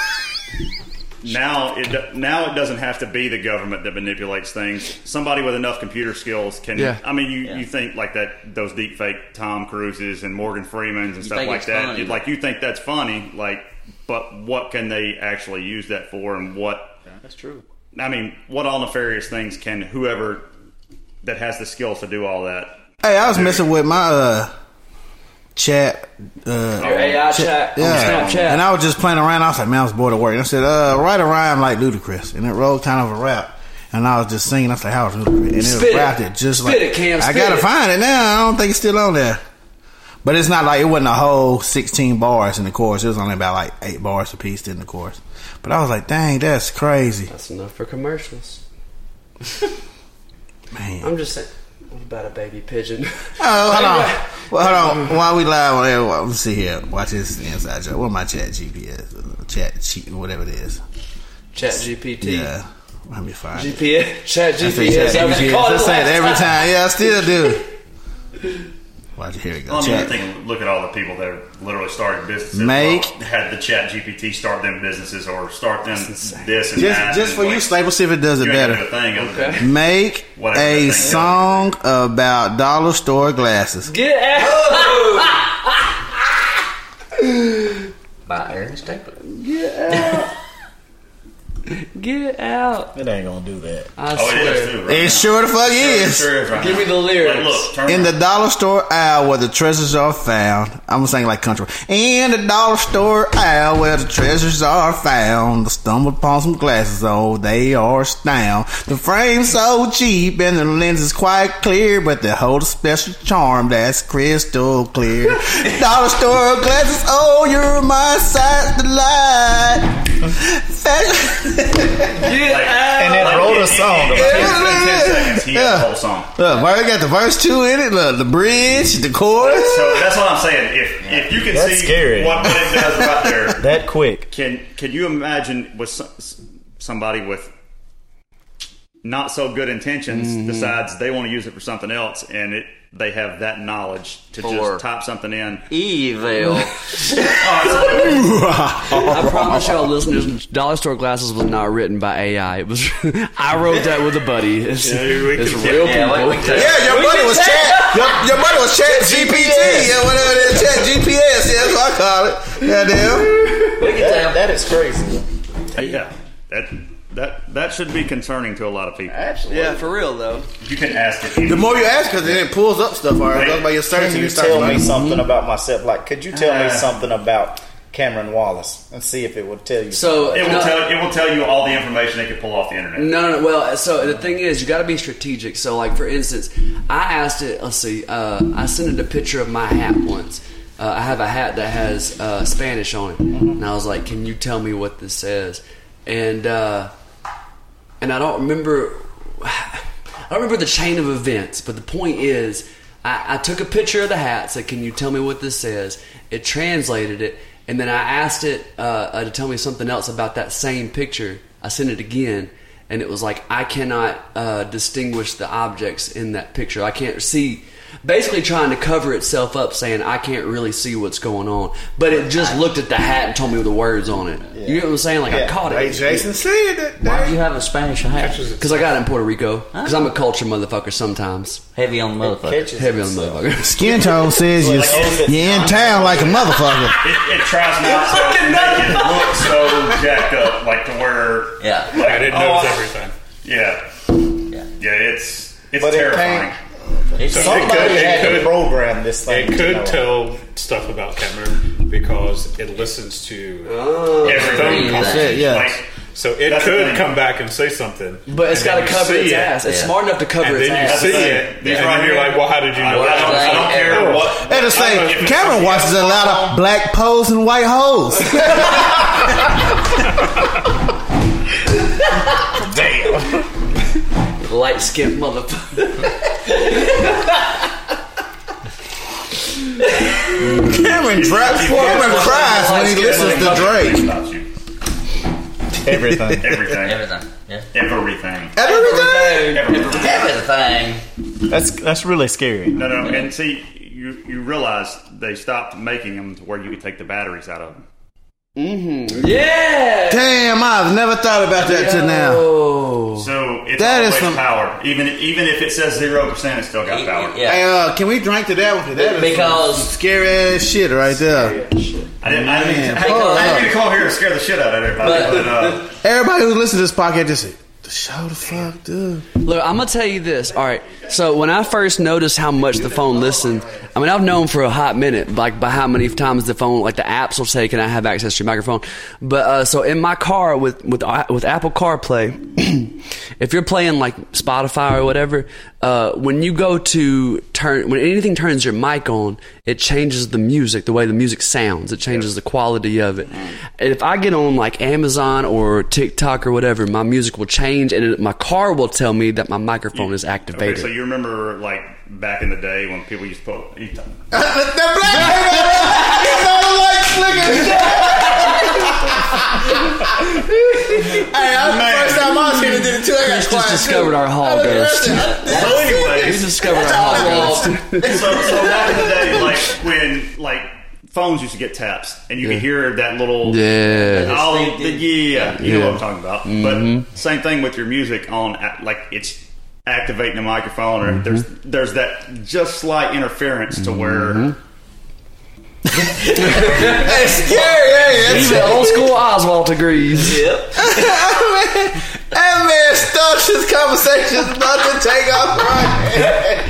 Speaker 4: Now it do- now it doesn't have to be the government that manipulates things. Somebody with enough computer skills can.
Speaker 2: Yeah.
Speaker 4: I mean, you,
Speaker 6: Yeah.
Speaker 4: you think like that those deep fake Tom Cruises and Morgan Freemans and stuff
Speaker 6: think
Speaker 4: like
Speaker 6: it's
Speaker 4: that.
Speaker 6: funny.
Speaker 4: You- Like you think that's funny, like, but what can they actually use that for, and what
Speaker 6: That's true.
Speaker 4: I mean, what all nefarious things can whoever that has the skills to do all that?
Speaker 5: Hey, I was messing with my uh, chat. Uh,
Speaker 2: Your AI chat,
Speaker 5: yeah,
Speaker 2: on Snapchat.
Speaker 5: and I was just playing around. I was like, man, I was bored of work. And I said, uh, write a rhyme like Ludacris, and it rolled kind of a rap. And I was just singing. I was like, how is Ludacris? And
Speaker 2: Spit it.
Speaker 5: it rapped it just
Speaker 2: Spit
Speaker 5: like
Speaker 2: it, Cam,
Speaker 5: I
Speaker 2: spit
Speaker 5: gotta
Speaker 2: it.
Speaker 5: find it now. I don't think it's still on there. But it's not like it wasn't a whole sixteen bars in the chorus. It was only about like eight bars a piece in the chorus. But I was like, dang, that's crazy,
Speaker 2: That's enough for commercials.
Speaker 5: man.
Speaker 2: I'm just saying. What about a baby pigeon?
Speaker 5: Oh, hold on. Well, hold on. While we live on air, well, let's see here. Watch this inside joke. What my chat GPS, uh, chat cheat, whatever it is.
Speaker 2: Chat GPT.
Speaker 5: Yeah, let me find. it.
Speaker 2: GPS. Chat
Speaker 5: I say chat
Speaker 2: GPS. I've been
Speaker 5: GPS.
Speaker 2: calling
Speaker 5: I
Speaker 2: it
Speaker 5: say it
Speaker 2: last
Speaker 5: every
Speaker 2: time.
Speaker 5: time. Yeah, I still do. Watch it. Here we go.
Speaker 4: Oh, I mean, you
Speaker 5: Chat.
Speaker 4: think look at all the people that have literally started businesses,
Speaker 5: Make-
Speaker 4: well, had the Chat GPT start them businesses or start them this and that.
Speaker 5: Just, just for you, Staple Civic does it
Speaker 4: you ain't gonna do
Speaker 5: better.
Speaker 4: a thing. other than-
Speaker 5: Make
Speaker 4: Whatever that thing
Speaker 5: a
Speaker 4: is.
Speaker 5: song about dollar store glasses.
Speaker 2: Get out.
Speaker 6: By Aaron Stapleton.
Speaker 2: Get out.
Speaker 3: It ain't gonna do that.
Speaker 2: I
Speaker 4: Oh, it
Speaker 2: swear.
Speaker 4: is too. Right
Speaker 7: It sure the fuck is.
Speaker 4: Sure is right
Speaker 2: Give me
Speaker 4: now.
Speaker 2: the lyrics.
Speaker 4: Like, look, turn
Speaker 7: In
Speaker 4: around.
Speaker 7: the dollar store aisle where the treasures are found. I'm gonna sing like country. In the dollar store aisle where the treasures are found. I stumbled upon some glasses, oh, they are sound. The frame's so cheap and the lens is quite clear, but they hold a special charm that's crystal clear. dollar store glasses, oh, you're my size delight. Fashion-
Speaker 2: Get out.
Speaker 3: And then wrote a song.
Speaker 4: In, in, in,
Speaker 3: About it.
Speaker 4: 10 seconds, he had the whole song.
Speaker 7: Look, Mario got the verse two in it. Look, the bridge, the chorus.
Speaker 4: So that's what I'm saying. If if you can
Speaker 3: That's
Speaker 4: see
Speaker 3: scary.
Speaker 4: what what it does right there,
Speaker 3: That quick.
Speaker 4: can can you imagine with some, somebody with not so good intentions
Speaker 7: Mm-hmm.
Speaker 4: decides they want to use it for something else, and it they have that knowledge to
Speaker 6: For- E-
Speaker 4: just type something in.
Speaker 6: Evil.
Speaker 2: I promise y'all, listeners, Dollar Store Glasses was not written by AI. It was I wrote that with a buddy. It's,
Speaker 4: we
Speaker 2: it's
Speaker 4: can-
Speaker 2: real
Speaker 4: yeah,
Speaker 2: people.
Speaker 7: Yeah, your buddy was chat. Your, your buddy was chat GPT or whatever it is. Chat GPS. Yeah, that's what I call it. Goddamn.
Speaker 3: That, that is crazy.
Speaker 4: Yeah, that that that should be concerning to a lot of people.
Speaker 6: Absolutely.
Speaker 2: yeah, for real though.
Speaker 4: You can ask it.
Speaker 7: The more you ask, because then it pulls up stuff. All right, goes by your search
Speaker 3: Can
Speaker 7: and
Speaker 3: you
Speaker 7: you start.
Speaker 3: tell me
Speaker 7: Like,
Speaker 3: something about myself? Like, could you tell
Speaker 4: Uh.
Speaker 3: me something about Cameron Wallace and see if it would tell you?
Speaker 2: So
Speaker 4: It
Speaker 2: no-
Speaker 4: will tell it will tell you all the information they can pull off the internet.
Speaker 2: No, no, no. Well, so the thing is, you got to be strategic. So, like for instance, I asked it. Let's see. Uh, I sent it a picture of my hat once. Uh, I have a hat that has uh, Spanish on it, and I was like, "Can you tell me what this says?" And uh, and I don't remember. I don't remember the chain of events, but the point is, I, I took a picture of the hat. Said, "Can you tell me what this says?" It translated it, and then I asked it uh, uh, to tell me something else about that same picture. I sent it again, and it was like, "I cannot uh, distinguish the objects in that picture. I can't see." Basically, trying to cover itself up, saying, "I can't really see what's going on," but it just looked at the hat and told me the words on it. You get what I'm saying? Like I
Speaker 3: Yeah.
Speaker 2: caught it.
Speaker 7: Hey, Jason said that.
Speaker 6: Why do
Speaker 7: thing.
Speaker 6: you have a Spanish hat?
Speaker 2: Because I got it in Puerto Rico. Because I'm a culture motherfucker sometimes.
Speaker 6: Heavy on the motherfucker.
Speaker 3: Catches
Speaker 2: Heavy on the
Speaker 3: itself.
Speaker 2: motherfuckers.
Speaker 7: Skin tone says you you in town like a motherfucker.
Speaker 4: It, it tries not to
Speaker 2: fucking
Speaker 4: make it look so jacked up, like to where
Speaker 6: Yeah.
Speaker 4: like,
Speaker 1: I didn't
Speaker 4: oh,
Speaker 1: notice
Speaker 4: I-
Speaker 1: everything.
Speaker 4: Yeah,
Speaker 6: Yeah.
Speaker 4: yeah, it's it's
Speaker 3: But it
Speaker 4: terrifying.
Speaker 6: It's
Speaker 3: Somebody
Speaker 1: it
Speaker 3: had to
Speaker 1: could-
Speaker 3: program this thing.
Speaker 1: It
Speaker 3: to know.
Speaker 1: could tell stuff about Cameron because it listens to
Speaker 4: Everything.
Speaker 1: everything.
Speaker 7: Shit, yeah.
Speaker 4: Like,
Speaker 1: So it
Speaker 4: That's the
Speaker 1: could
Speaker 4: thing.
Speaker 1: come back and say something.
Speaker 2: But it's
Speaker 1: and
Speaker 2: got to
Speaker 1: then you
Speaker 2: cover
Speaker 1: see
Speaker 2: its
Speaker 1: it,
Speaker 2: ass. It's
Speaker 6: Yeah.
Speaker 2: smart enough to cover
Speaker 1: And
Speaker 2: its
Speaker 1: then you
Speaker 2: ass.
Speaker 1: see
Speaker 4: the
Speaker 1: it.
Speaker 4: thing. These
Speaker 1: and
Speaker 4: right
Speaker 1: then you're
Speaker 4: here-
Speaker 1: like, well, how did you
Speaker 4: I
Speaker 1: know
Speaker 4: don't,
Speaker 1: that?
Speaker 4: I don't care what.
Speaker 7: And the same, Cameron watches a lot of black poles and white holes.
Speaker 2: Light skinned motherfucker.
Speaker 7: Cameron drops. Cameron cries when he listens to Drake.
Speaker 4: Drake.
Speaker 3: Everything.
Speaker 4: Everything.
Speaker 6: Everything. Yeah.
Speaker 4: Everything.
Speaker 7: Everything.
Speaker 4: Everything.
Speaker 6: Everything.
Speaker 3: That's that's really scary.
Speaker 4: No, no, and see, you you realize they stopped making them to where you could take the batteries out of them.
Speaker 2: Yeah!
Speaker 7: Damn, I've never thought about that till now.
Speaker 2: Oh.
Speaker 4: So it's
Speaker 7: That is
Speaker 4: always
Speaker 7: some-
Speaker 4: power. Even even if it says zero percent, it's still got power.
Speaker 7: Hey,
Speaker 6: Yeah.
Speaker 7: uh, can we drink to that one? 'Cause that is some
Speaker 6: Because-
Speaker 7: scary ass shit right there.
Speaker 4: I didn't. I didn't, I,
Speaker 7: Man,
Speaker 4: didn't-
Speaker 7: hold
Speaker 4: I didn't
Speaker 7: up.
Speaker 4: mean to call here and scare the shit out of everybody.
Speaker 6: But-
Speaker 4: But, uh,
Speaker 7: Everybody who listens to this podcast just say, the show the fuck up.
Speaker 2: Look, I'm going to tell you this. All right. So when I first noticed how much the phone listened, I mean, I've known for a hot minute, like, by how many times the phone, like, the apps will say, can I have access to your microphone? But, uh, so in my car with, with, with Apple CarPlay, if you're playing, like, Spotify or whatever, uh, when you go to turn, when anything turns your mic on, it changes the music, the way the music sounds. It changes the quality of it. And if I get on, like, Amazon or TikTok or whatever, my music will change and it, my car will tell me that my microphone is activated.
Speaker 4: okay, so you remember like back in the day when people used to put. You,
Speaker 7: That black kid, he's all like slicker. hey, I was the first time I was here to do it too. I got
Speaker 2: Chris just
Speaker 7: quiet, too.
Speaker 2: discovered our hall
Speaker 7: I looked at
Speaker 2: ghost.
Speaker 7: that shit.
Speaker 4: so
Speaker 2: You
Speaker 4: anyways,
Speaker 2: discovered our hot
Speaker 6: Well,
Speaker 4: so, so back in the day, like when like phones used to get taps, and you could hear that little
Speaker 2: Yeah.
Speaker 4: all the, yeah, you know what I'm talking about. But same thing with your music on a- like it's activating the microphone, or there's there's that just slight interference to where.
Speaker 7: That's scary. ain't it?
Speaker 2: He's the old school Oswald degrees.
Speaker 7: That man stuffs his conversations about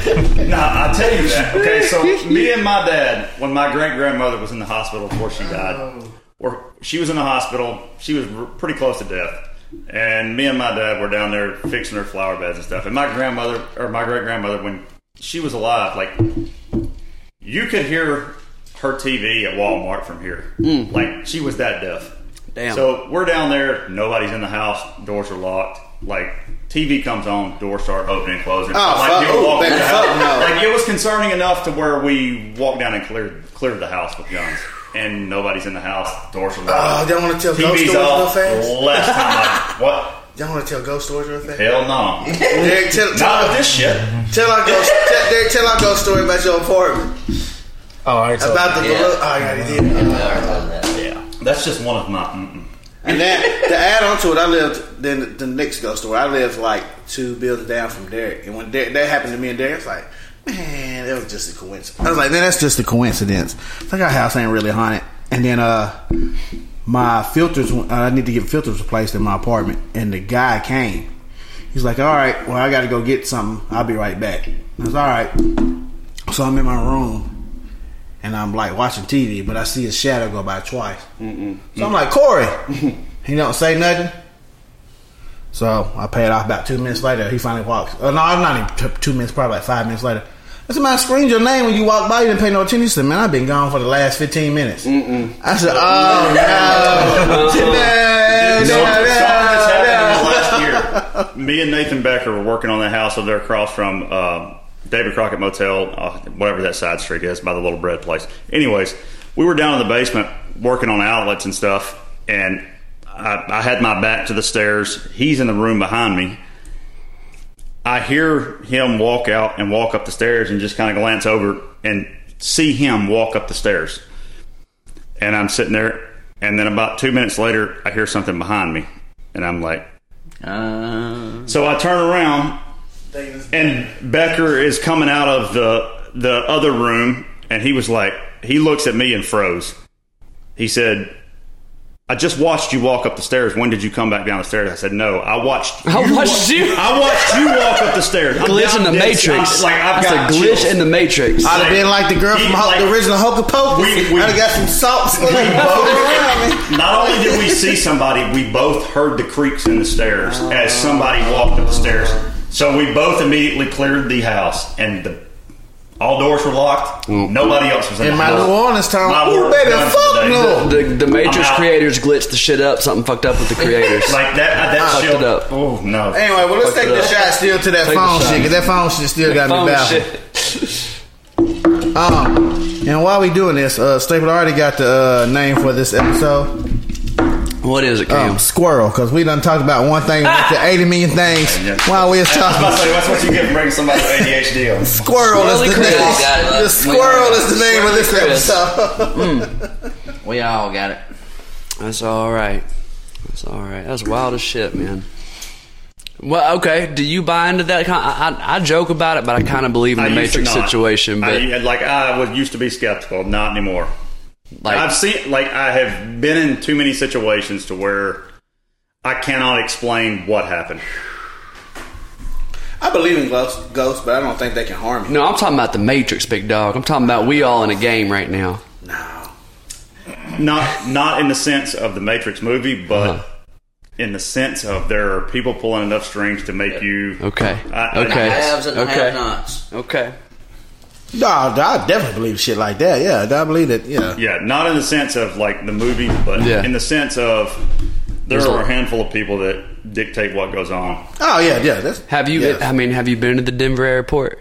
Speaker 7: to take off right.
Speaker 4: Nah, I tell you that. Okay, so me and my dad, when my great grandmother was in the hospital before she died, or she was in the hospital, she was r- pretty close to death, and me and my dad were down there fixing her flower beds and stuff. And my grandmother or my great grandmother, when she was alive, like you could hear her TV at Walmart from here.
Speaker 7: Hmm.
Speaker 4: Like she was that deaf.
Speaker 2: Damn.
Speaker 4: So we're down there. Nobody's in the house. Doors are locked. Like TV comes on. Doors start opening and closing.
Speaker 7: Oh,
Speaker 4: like
Speaker 7: fuck.
Speaker 4: people
Speaker 7: Ooh,
Speaker 4: walking
Speaker 7: baby,
Speaker 4: out.
Speaker 7: fuck no.
Speaker 4: Like it was concerning enough to where we walked down and cleared cleared the house with guns. And nobody's in the house. Doors are
Speaker 7: Oh,
Speaker 4: locked.
Speaker 7: don't want to tell ghost
Speaker 4: TV's
Speaker 7: stories real
Speaker 4: off.
Speaker 7: fast.
Speaker 4: Last time, I, what?
Speaker 7: Don't want to tell ghost stories real fast.
Speaker 4: Hell no.
Speaker 7: Derek, tell, tell,
Speaker 4: Not with this shit.
Speaker 7: tell our ghost. Tell, Derek, tell our ghost story about your apartment.
Speaker 5: Oh, I already told
Speaker 7: About the
Speaker 6: Yeah.
Speaker 7: balloon. Oh, I got it. did.
Speaker 4: Yeah, that's just one of my. Mm-mm.
Speaker 7: And then to add on to it, I lived then the next ghost story. I lived like two buildings down from Derek, and when Derek, that happened to me and Derek, it's like, man, that was just a coincidence. I was like, man, that's just a coincidence. It's like our house ain't really haunted. And then uh, my filters, uh, I need to get filters replaced in my apartment, and the guy came. He's like, all right, well, I got to go get something. I'll be right back. I was all right. So I'm in my room, and I'm like watching TV, but I see his shadow go by twice. So I'm like, Corey, he don't say nothing. So I pay it off about two minutes later. He finally walks. Oh, no, I'm not even t- two minutes, probably like five minutes later. I said, man, I screened your name when you walked by. You didn't pay no attention. He said, man, I've been gone for the last 15 minutes. I said, oh,
Speaker 4: So,
Speaker 7: no. No,
Speaker 4: something that's
Speaker 7: no, no, no.
Speaker 4: happened in the last year. Me and Nathan Becker were working on the house over there across from uh, David Crockett Motel, uh, whatever that side street is, by the little bread place. Anyways, we were down in the basement working on outlets and stuff, and I, I had my back to the stairs. He's in the room behind me. I hear him walk out and walk up the stairs and just kind of glance over and see him walk up the stairs and I'm sitting there, and then about two minutes later, I hear something behind me, and I'm like, so I turn around, and Becker is coming out of the the other room, and he was like, he looks at me and froze. He said. I just watched you walk up the stairs. When did you come back down the stairs? I said, No, I watched.
Speaker 2: I
Speaker 4: you
Speaker 2: watched
Speaker 4: wa-
Speaker 2: you."
Speaker 4: I watched you walk up the stairs. I'm
Speaker 2: Glitch in the
Speaker 4: down this- I'm-
Speaker 2: Matrix.
Speaker 4: Like I've
Speaker 2: That's
Speaker 4: got
Speaker 2: a glitch
Speaker 4: chills.
Speaker 2: in the Matrix.
Speaker 7: I'd have been like the girl from
Speaker 4: He,
Speaker 7: Ho- the
Speaker 4: like-
Speaker 7: original Hocus Pocus.
Speaker 4: We- we-
Speaker 7: I'd have got some salt squirted all around me.
Speaker 4: Not only did we see somebody, we both heard the creaks in the stairs as somebody walked up the stairs. So we both immediately cleared the house, and the, all doors were locked. Nobody else was in
Speaker 7: In
Speaker 4: the
Speaker 7: my
Speaker 4: house.
Speaker 7: New Orleans
Speaker 4: My
Speaker 7: town, ooh,
Speaker 4: work
Speaker 7: baby,
Speaker 4: done
Speaker 7: fuck
Speaker 4: today.
Speaker 7: no.
Speaker 2: the, the Matrix
Speaker 4: I'm out.
Speaker 2: creators glitched the shit up. Something fucked up with the creators.
Speaker 4: Like that, that
Speaker 2: Fucked
Speaker 4: shit.
Speaker 2: Ah, it up.
Speaker 4: Oh no!
Speaker 7: Anyway, well, let's
Speaker 2: Fuck
Speaker 7: take
Speaker 2: it
Speaker 7: the
Speaker 2: up.
Speaker 7: shot still to that
Speaker 2: Take the
Speaker 7: phone
Speaker 2: shot.
Speaker 7: shit, because that phone shit still got me
Speaker 2: Phone
Speaker 7: baffled.
Speaker 2: shit.
Speaker 7: Um, and while we doing this, uh, Staple already got the uh, name for this episode.
Speaker 2: What is it, Cam?
Speaker 7: Um, squirrel, because we done talked about one thing, went to eighty million things while we was
Speaker 4: I was about to
Speaker 7: talking.
Speaker 4: say, that's what you get for bringing somebody with ADHD on.
Speaker 7: Squirrel
Speaker 2: Squirrely
Speaker 7: is the
Speaker 2: Chris.
Speaker 7: name.
Speaker 6: We got it, uh,
Speaker 7: The squirrel
Speaker 6: we-
Speaker 7: is the name of this
Speaker 6: Squirrely Chris.
Speaker 7: episode.
Speaker 6: We all got it.
Speaker 2: That's all right. That's all right. That's wild as shit, man. Well, okay. Do you buy into that? Kind I, I, I joke about it, but I kind of believe in the
Speaker 4: I used to
Speaker 2: Matrix
Speaker 4: not.
Speaker 2: situation. But
Speaker 4: I, like I was used to be skeptical, not anymore.
Speaker 2: like,
Speaker 4: I've seen, like, I have been in too many situations to where I cannot explain what happened.
Speaker 7: I believe in ghosts, ghosts, but I don't think they can harm you.
Speaker 2: no, I'm talking about the Matrix, big dog. I'm talking about we all in a game right now.
Speaker 4: not not in the sense of the Matrix movie, but
Speaker 2: Uh-huh.
Speaker 4: in the sense of there are people pulling enough strings to make you
Speaker 2: Okay.
Speaker 4: I- I-
Speaker 2: okay.
Speaker 6: Haves and
Speaker 2: okay.
Speaker 6: have-nots.
Speaker 2: Okay.
Speaker 7: No, I definitely believe shit like that. Yeah, I believe that. Yeah,
Speaker 4: Yeah, not in the sense of like the movie, but
Speaker 2: Yeah.
Speaker 4: in the sense of there
Speaker 2: There's a-
Speaker 4: are a handful of people that dictate what goes on.
Speaker 7: Oh yeah, yeah. That's,
Speaker 2: Have you?
Speaker 7: Yes.
Speaker 2: I mean, have you been to the Denver airport?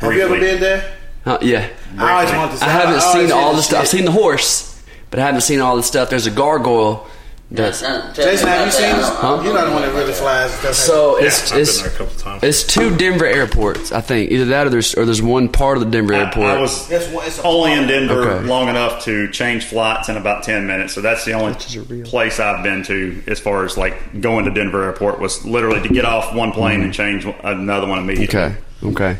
Speaker 7: have you ever
Speaker 4: Briefly.
Speaker 7: been there?
Speaker 2: Uh, yeah.
Speaker 7: I always wanted to. Say,
Speaker 2: I haven't
Speaker 7: always
Speaker 2: seen
Speaker 7: hear
Speaker 2: all the
Speaker 7: this
Speaker 2: stuff. I've
Speaker 7: shit.
Speaker 2: seen the horse, but I haven't seen all the stuff. There's a gargoyle Does
Speaker 6: Now, tell me
Speaker 7: Jason,
Speaker 6: about
Speaker 7: have you
Speaker 6: that.
Speaker 7: seen?
Speaker 6: I don't- I don't
Speaker 7: You're
Speaker 6: know
Speaker 7: not the one that
Speaker 6: about
Speaker 7: really
Speaker 6: that.
Speaker 7: flies. and stuff.
Speaker 2: so
Speaker 8: Yeah,
Speaker 2: it's
Speaker 8: I've been
Speaker 2: it's
Speaker 8: there a couple times.
Speaker 2: it's two Denver airports. I think either that or there's or there's one part of the Denver
Speaker 4: I,
Speaker 2: airport.
Speaker 4: I was
Speaker 7: That's one- it's a-
Speaker 4: only in Denver
Speaker 2: Okay.
Speaker 4: long enough to change flights in about ten minutes. So that's the only place I've been to as far as like going to Denver Airport was literally to get off one plane and change another one immediately.
Speaker 2: Mm-hmm. Okay. Okay.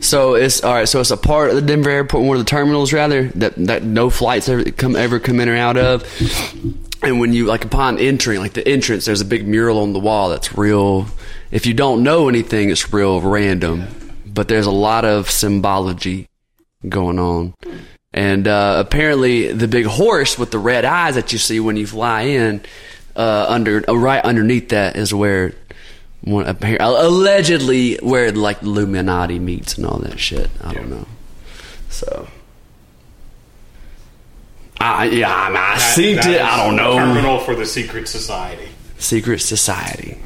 Speaker 2: So it's all right. So it's a part of the Denver airport, one of the terminals rather that that no flights ever come ever come in or out of. And when you like upon entering, like the entrance, there's a big mural on the wall that's real. If you don't know anything, it's real random. But there's a lot of symbology going on. And uh, apparently, the big horse with the red eyes that you see when you fly in, uh, under uh, right underneath that is where one appar- allegedly where like Illuminati meets and all that shit. I don't know. So, I yeah, I, mean, I see.
Speaker 8: That
Speaker 2: Di-
Speaker 8: is
Speaker 2: I don't
Speaker 8: the
Speaker 2: know.
Speaker 8: Terminal for the secret society.
Speaker 2: Secret Society,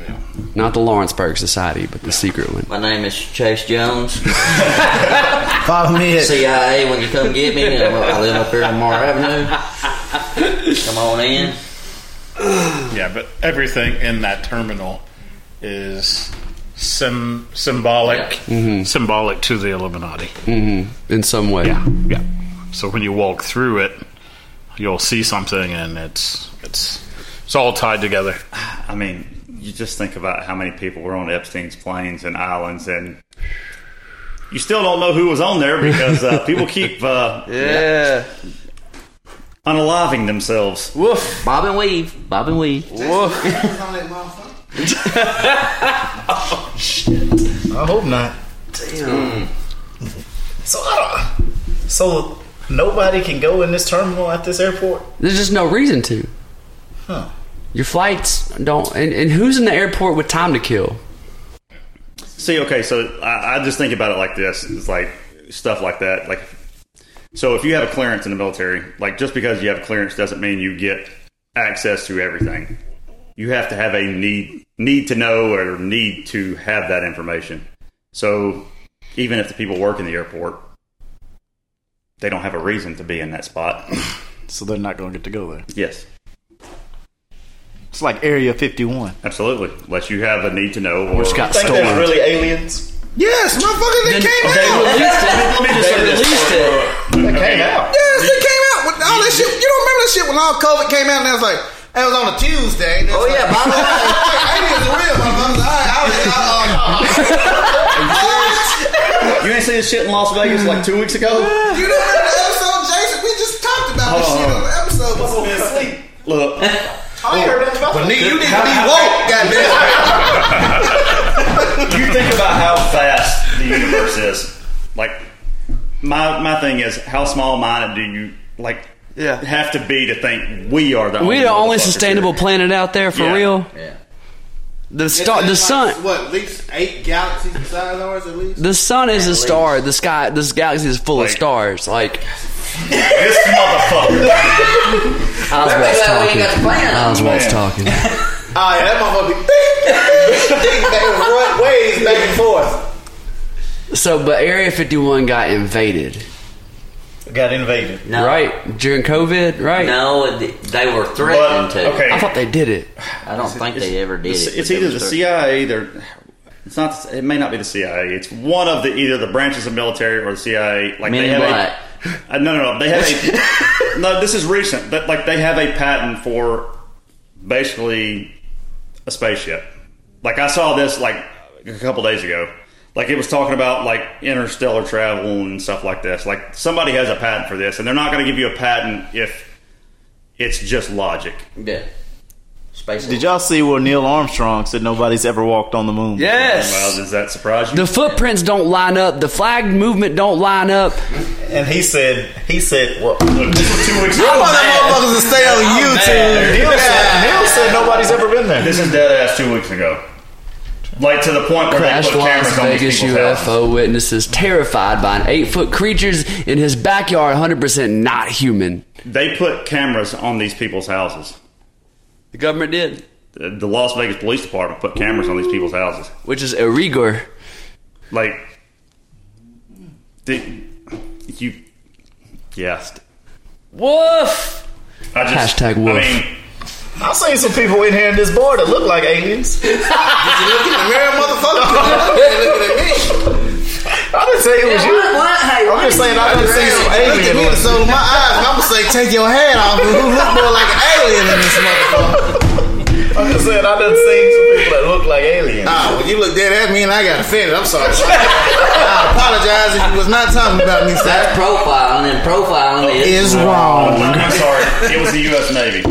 Speaker 2: not the Lawrenceburg Society, but the secret one.
Speaker 6: My name is Chase Jones.
Speaker 5: Follow me at
Speaker 6: CIA when you come get me. I'm- I live up here on Mar Avenue. Come on in.
Speaker 1: Yeah, but everything in that terminal is sim- symbolic,
Speaker 2: Mm-hmm.
Speaker 1: symbolic to the Illuminati.
Speaker 2: in some way.
Speaker 1: Yeah, yeah. So when you walk through it, you'll see something, and it's it's it's all tied together.
Speaker 4: I mean, you just think about how many people were on Epstein's planes and islands, and you still don't know who was on there because uh, people keep uh,
Speaker 2: Yeah.
Speaker 4: unaliving themselves.
Speaker 2: Woof.
Speaker 6: Bob and Weave. Bob and Weave.
Speaker 2: Woof.
Speaker 3: I hope not. So I don't. So nobody can go in this terminal at this airport.
Speaker 2: There's just no reason to.
Speaker 3: Huh.
Speaker 2: Your flights don't. And, and who's in the airport with time to kill?
Speaker 4: See, okay, so I, I just think about it like this: it's like stuff like that. Like, so if you have a clearance in the military, like just because you have a clearance doesn't mean you get access to everything. You have to have a need need to know or need to have that information. So even if the people work in the airport, they don't have a reason to be in that spot.
Speaker 3: So they're not going to get to go there.
Speaker 4: yes,
Speaker 3: It's like Area 51.
Speaker 4: absolutely. Unless you have a need to know or
Speaker 2: Which got
Speaker 9: think
Speaker 2: stolen.
Speaker 9: that's really aliens.
Speaker 5: Yes, motherfucker, they
Speaker 2: Then-
Speaker 5: came
Speaker 2: they
Speaker 5: out.
Speaker 2: released it.
Speaker 4: Let me just
Speaker 2: They
Speaker 4: say this.
Speaker 2: released it.
Speaker 9: That came out.
Speaker 5: Yes, they came out with all that shit. You don't remember that shit when all COVID came out and it was like, that was on a Tuesday. and it
Speaker 6: Oh
Speaker 5: was
Speaker 6: yeah,
Speaker 5: like,
Speaker 6: Bob and Weave.
Speaker 5: aliens are real. I'm like, all right, I was, I,
Speaker 9: You ain't seen this shit in Las Vegas like two weeks ago?
Speaker 5: um, you don't remember the episode, Jason? We just talked about this shit on the episode.
Speaker 9: Look,
Speaker 5: But nigga, you need to be woke, goddamn.
Speaker 4: you think about how fast the universe is. Like my my thing is how small minded do you like
Speaker 2: Yeah.
Speaker 4: have to be to think we are the
Speaker 2: We
Speaker 4: only
Speaker 2: the only
Speaker 4: motherfuckers
Speaker 2: sustainable
Speaker 4: here?
Speaker 2: planet out there for
Speaker 4: Yeah.
Speaker 2: real.
Speaker 6: Yeah.
Speaker 2: The star,
Speaker 7: It's
Speaker 2: the
Speaker 7: like,
Speaker 2: sun,
Speaker 7: What? At least eight galaxies besides ours, at least.
Speaker 2: the sun is a star. The sky, this galaxy is full of
Speaker 4: Like-
Speaker 2: stars. Like
Speaker 4: This motherfucker.
Speaker 2: Oswald's
Speaker 6: That's why we
Speaker 2: talking.
Speaker 6: ain't got the planet.
Speaker 2: Oswald's
Speaker 4: Man.
Speaker 2: talking.
Speaker 7: Oh yeah, that motherfucker be ding, ding, ding, they run ways back and forth.
Speaker 2: So, but Area 51 got invaded,
Speaker 3: Got invaded.
Speaker 6: No.
Speaker 2: right? During COVID, right?
Speaker 6: No, it- they were threatened
Speaker 4: But
Speaker 6: to.
Speaker 4: okay,
Speaker 2: I thought they did it.
Speaker 6: I don't think they ever did
Speaker 4: it's,
Speaker 6: it.
Speaker 4: it's
Speaker 6: but they
Speaker 4: either
Speaker 6: were
Speaker 4: the
Speaker 6: threatened.
Speaker 4: CIA. They're, it's not. It may not be the CIA. It's one of the either the branches of military or the CIA. Like
Speaker 6: Men
Speaker 4: they
Speaker 6: in
Speaker 4: have
Speaker 6: Black.
Speaker 4: a. Uh, no, no, no. They have a. no, this is recent. But like they have a patent for basically a spaceship. Like I saw this like a couple days ago. Like it was talking about like interstellar travel and stuff like this. Like somebody has a patent for this, and they're not going to give you a patent if it's just logic.
Speaker 6: Yeah. Space.
Speaker 3: Did y'all see where Neil Armstrong said nobody's ever walked on the
Speaker 4: Well,
Speaker 3: moon?
Speaker 2: Yes.
Speaker 4: does that surprise you?
Speaker 2: The footprints don't line up. The flag movement don't line up.
Speaker 3: And he said, he said, well,
Speaker 4: This was two weeks
Speaker 5: I
Speaker 7: Oh,
Speaker 4: ago.
Speaker 5: want them motherfuckers to stay on YouTube.
Speaker 3: Neil said, Neil said nobody's ever been there.
Speaker 4: This is dead ass two weeks ago. Like to the point where they
Speaker 2: Crashed
Speaker 4: put cameras
Speaker 2: Las
Speaker 4: on these
Speaker 2: Vegas
Speaker 4: people's
Speaker 2: UFO
Speaker 4: houses.
Speaker 2: witnesses terrified by an eight foot creatures in his backyard, 100% not human.
Speaker 4: They put cameras on these people's houses.
Speaker 2: The government did,
Speaker 4: The the Las Vegas Police Department put cameras on these people's houses.
Speaker 2: which is irregular.
Speaker 4: Like, the, you, yes.
Speaker 2: Woof.
Speaker 4: I just
Speaker 2: Hashtag wolf.
Speaker 4: I mean,
Speaker 3: I've seen some people in here in this bar that look like aliens. Did you look in the mirror, motherfucker? I didn't say it was you. I'm just saying I done seen some alien
Speaker 7: Look at me, so my eyes, and I'm gonna say, take your hat off. Who look more like an alien than this motherfucker?
Speaker 3: I'm just saying I done seen some people that look like aliens.
Speaker 7: Ah, when you looked dead at me and I got offended, I'm sorry. I apologize if you was not talking about me. That
Speaker 6: That's profiling, and profiling is.
Speaker 7: is wrong.
Speaker 4: I'm sorry. It was the U.S. Navy.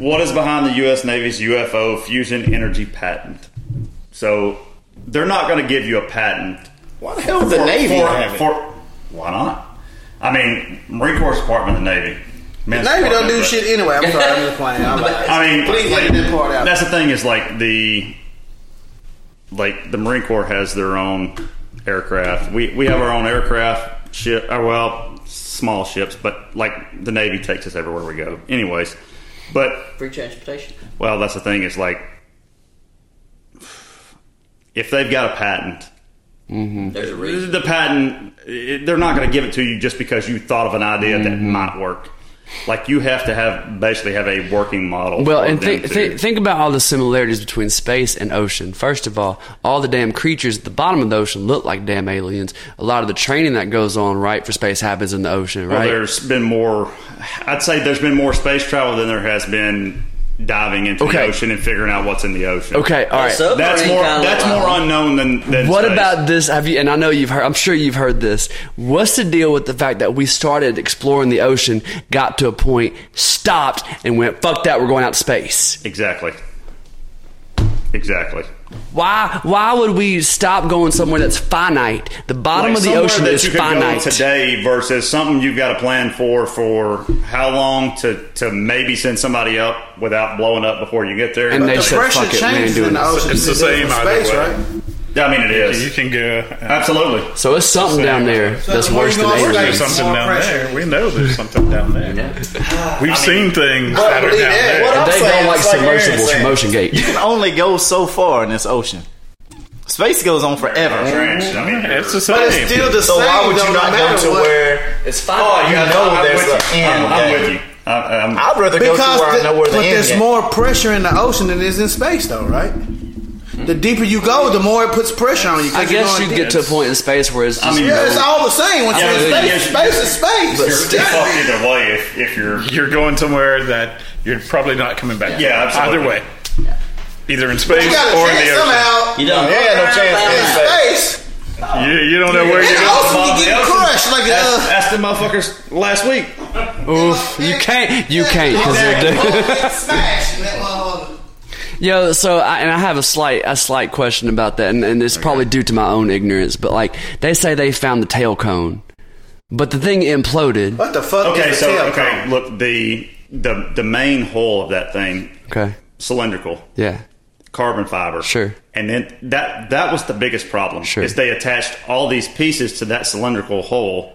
Speaker 4: What is behind the U.S. Navy's UFO fusion energy patent? So they're not going to give you a patent.
Speaker 3: Why the hell does the Navy
Speaker 4: for,
Speaker 3: have it?
Speaker 4: for why not? I mean, Marine Corps Department, of the Navy, Men's
Speaker 7: Navy don't
Speaker 4: Department,
Speaker 7: do
Speaker 4: but-
Speaker 7: shit anyway. I'm sorry, I'm just playing. I'm like,
Speaker 4: I mean,
Speaker 7: please
Speaker 4: like,
Speaker 7: edit that part out.
Speaker 4: That's the thing is like the like the Marine Corps has their own aircraft. We we have our own aircraft ship. Or well, small ships, but like the Navy takes us everywhere we go. Anyways, but
Speaker 6: Free transportation.
Speaker 4: well, that's the thing is like if they've got a patent,
Speaker 6: There's a reason.
Speaker 4: the patent it- they're not going to give it to you just because you thought of an idea that
Speaker 2: Mm-hmm.
Speaker 4: might work. Like you have to have basically have a working model.
Speaker 2: Well,
Speaker 4: for
Speaker 2: and
Speaker 4: them
Speaker 2: think
Speaker 4: to-
Speaker 2: think think about all the similarities between space and ocean. First of all, all the damn creatures at the bottom of the ocean look like damn aliens. A lot of the training that goes on, right, for space happens in the ocean,
Speaker 4: Well,
Speaker 2: right?
Speaker 4: there's been more. I'd say there's been more space travel than there has been diving into the
Speaker 2: Okay.
Speaker 4: ocean and figuring out what's in the ocean.
Speaker 2: okay, all right.
Speaker 6: Submarine
Speaker 4: that's more.
Speaker 6: kinda
Speaker 4: That's
Speaker 6: like-
Speaker 4: more unknown than. than
Speaker 2: What
Speaker 4: space.
Speaker 2: about this? Have you? And I know you've heard. I'm sure you've heard this. What's the deal with the fact that we started exploring the ocean, got to a point, stopped, and went, "Fuck that, we're going out to space."
Speaker 4: exactly? Exactly.
Speaker 2: Why? Why would we stop going somewhere that's finite? The bottom
Speaker 4: Like
Speaker 2: of the
Speaker 4: somewhere
Speaker 2: ocean
Speaker 4: that
Speaker 2: is
Speaker 4: you could
Speaker 2: finite.
Speaker 4: go today versus something you've got to plan for for how long to to maybe send somebody up without blowing up before you get there.
Speaker 2: And they
Speaker 7: the
Speaker 2: said,
Speaker 7: pressure
Speaker 2: "Fuck it, we ain't
Speaker 7: changes
Speaker 2: doing
Speaker 7: in the
Speaker 2: this."
Speaker 7: ocean.
Speaker 1: It's the
Speaker 7: It does
Speaker 1: same
Speaker 7: in
Speaker 1: either
Speaker 7: space,
Speaker 1: way.
Speaker 7: right?
Speaker 4: I mean, it
Speaker 1: You
Speaker 4: is
Speaker 1: can go. uh,
Speaker 4: absolutely.
Speaker 2: So it's something down there that's worse than
Speaker 7: There's
Speaker 1: There's
Speaker 2: aliens.
Speaker 1: something
Speaker 7: more
Speaker 1: down
Speaker 7: pressure.
Speaker 1: there. We know there's something down there. We've seen things that are down
Speaker 7: believe that.
Speaker 1: there.
Speaker 7: What
Speaker 2: And
Speaker 3: I'm
Speaker 2: they
Speaker 3: saying,
Speaker 2: don't like
Speaker 3: it's like Aaron
Speaker 2: submersibles
Speaker 3: said.
Speaker 2: from Motion Gate.
Speaker 3: You can only go so far in this ocean. Space goes on forever.
Speaker 4: Trench. I mean,
Speaker 1: It's the
Speaker 7: But it's
Speaker 1: same.
Speaker 7: still the
Speaker 3: So
Speaker 7: same.
Speaker 3: why would
Speaker 7: though,
Speaker 3: you
Speaker 7: no
Speaker 3: not go
Speaker 7: matter
Speaker 3: to
Speaker 7: what.
Speaker 3: where
Speaker 6: It's fine.
Speaker 3: you
Speaker 4: I'm-
Speaker 3: know
Speaker 4: I'm
Speaker 3: there's
Speaker 4: with
Speaker 3: an
Speaker 4: you.
Speaker 3: end
Speaker 4: I'm, I'm
Speaker 3: game.
Speaker 4: with you. I, I'm,
Speaker 3: I'd rather go to
Speaker 7: Because
Speaker 3: where I
Speaker 7: the-
Speaker 3: know where the
Speaker 7: but
Speaker 3: end
Speaker 7: there's
Speaker 3: is.
Speaker 7: more pressure in the ocean than is in space, though, right? The deeper you go, the more it puts pressure on you. 'cause
Speaker 2: I
Speaker 7: you're
Speaker 2: guess
Speaker 7: going
Speaker 2: you
Speaker 7: deep.
Speaker 2: get to a point in space where it's just
Speaker 4: mean,
Speaker 7: Yeah, it's all the same. Once
Speaker 4: Yeah,
Speaker 7: you're
Speaker 4: but
Speaker 7: in
Speaker 4: yes,
Speaker 7: space, space is space.
Speaker 4: You're still fucked either way if, if you're.
Speaker 1: You're going somewhere that you're probably not coming back.
Speaker 4: Yeah, absolutely.
Speaker 1: Either way, either in space
Speaker 7: You got a
Speaker 1: or in
Speaker 7: chance
Speaker 1: the ocean.
Speaker 7: somehow.
Speaker 6: You don't.
Speaker 3: Yeah, no chance.
Speaker 7: In
Speaker 3: Yeah.
Speaker 7: space,
Speaker 1: You, you don't know where
Speaker 7: in
Speaker 1: you're
Speaker 7: the
Speaker 1: going.
Speaker 7: ocean, you get crushed like a.
Speaker 9: That's, that's the motherfuckers last week.
Speaker 2: Oof, you can't, you can't, because yo. So, I, and I have a slight, a slight question about that, and, and it's probably due to my own ignorance. But like, they say they found the tail cone, but the thing imploded.
Speaker 7: What the fuck
Speaker 4: Okay,
Speaker 7: is a
Speaker 4: so
Speaker 7: tail
Speaker 4: okay,
Speaker 7: cone?
Speaker 4: look the the the main hull of that thing,
Speaker 2: Okay,
Speaker 4: cylindrical,
Speaker 2: yeah,
Speaker 4: carbon fiber,
Speaker 2: Sure.
Speaker 4: And then that that was the biggest problem
Speaker 2: Sure.
Speaker 4: is they attached all these pieces to that cylindrical hull,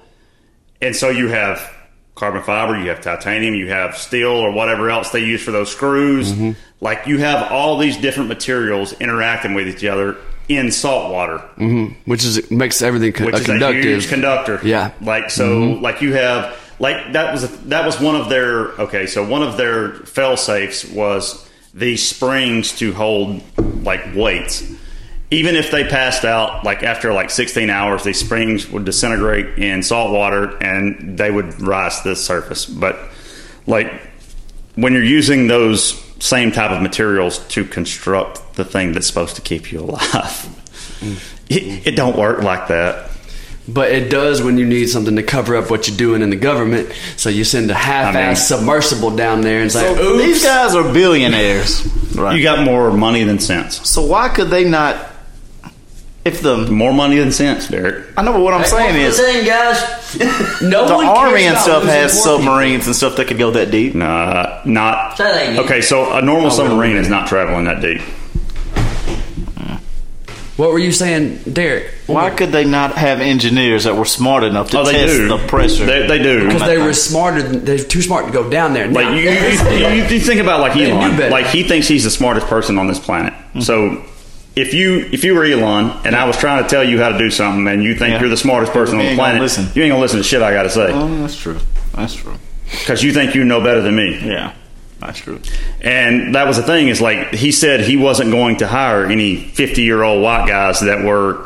Speaker 4: and so you have carbon fiber, you have titanium, you have steel or whatever else they use for those screws.
Speaker 2: Mm-hmm.
Speaker 4: Like you have all these different materials interacting with each other in salt water.
Speaker 2: which is makes everything con-
Speaker 4: which
Speaker 2: a
Speaker 4: is a huge
Speaker 2: conductive.
Speaker 4: conductor.
Speaker 2: Yeah. Mm-hmm.
Speaker 4: Like so, like you have like that was a, that was one of their okay. So one of their fail safes was these springs to hold like weights. Even if they passed out, like after like 16 hours, these springs would disintegrate in salt water and they would rise to the surface. But like when you're using those same type of materials to construct the thing that's supposed to keep you alive, it, it don't work like that.
Speaker 2: but it does when you need something to cover up what you're doing in the government. So you send a half-ass
Speaker 4: I mean-
Speaker 2: submersible down there, and it's like, ooh,
Speaker 3: These guys are billionaires. Right.
Speaker 4: You got more money than sense.
Speaker 3: so why could they not? If the
Speaker 4: More money than sense, Derek.
Speaker 3: I know, but what I'm saying is the
Speaker 6: Thing, guys.
Speaker 2: no one cares
Speaker 3: army and
Speaker 2: about
Speaker 3: stuff
Speaker 2: losing
Speaker 3: has
Speaker 2: war
Speaker 3: submarines and stuff that can go that deep.
Speaker 4: Nah, not.
Speaker 6: That ain't it.
Speaker 4: Okay, so a normal submarine is not traveling that deep.
Speaker 2: people. What were you saying, Derek?
Speaker 3: Why could they not have engineers that were smart enough to
Speaker 4: Oh, they
Speaker 3: test
Speaker 4: do.
Speaker 3: the pressure?
Speaker 4: They, they do.
Speaker 2: Because they were smarter. Than, they're too smart to go down there.
Speaker 4: Like
Speaker 2: Now,
Speaker 4: you, you, you, you think about like
Speaker 2: knew
Speaker 4: Elon.
Speaker 2: better.
Speaker 4: Like he thinks he's the smartest person on this planet. So if you if you were Elon and I was trying to tell you how to do something and you think
Speaker 3: Yeah.
Speaker 4: you're the smartest person on
Speaker 3: You
Speaker 4: the
Speaker 3: ain't gonna
Speaker 4: planet,
Speaker 3: listen. Uh-huh.
Speaker 4: you ain't gonna listen to shit I gotta say
Speaker 3: Oh, that's true. That's true.
Speaker 4: because you think you know better than me.
Speaker 3: Yeah.
Speaker 4: That's true. And that was the thing is like he said he wasn't going to hire any 50 year old white guys that were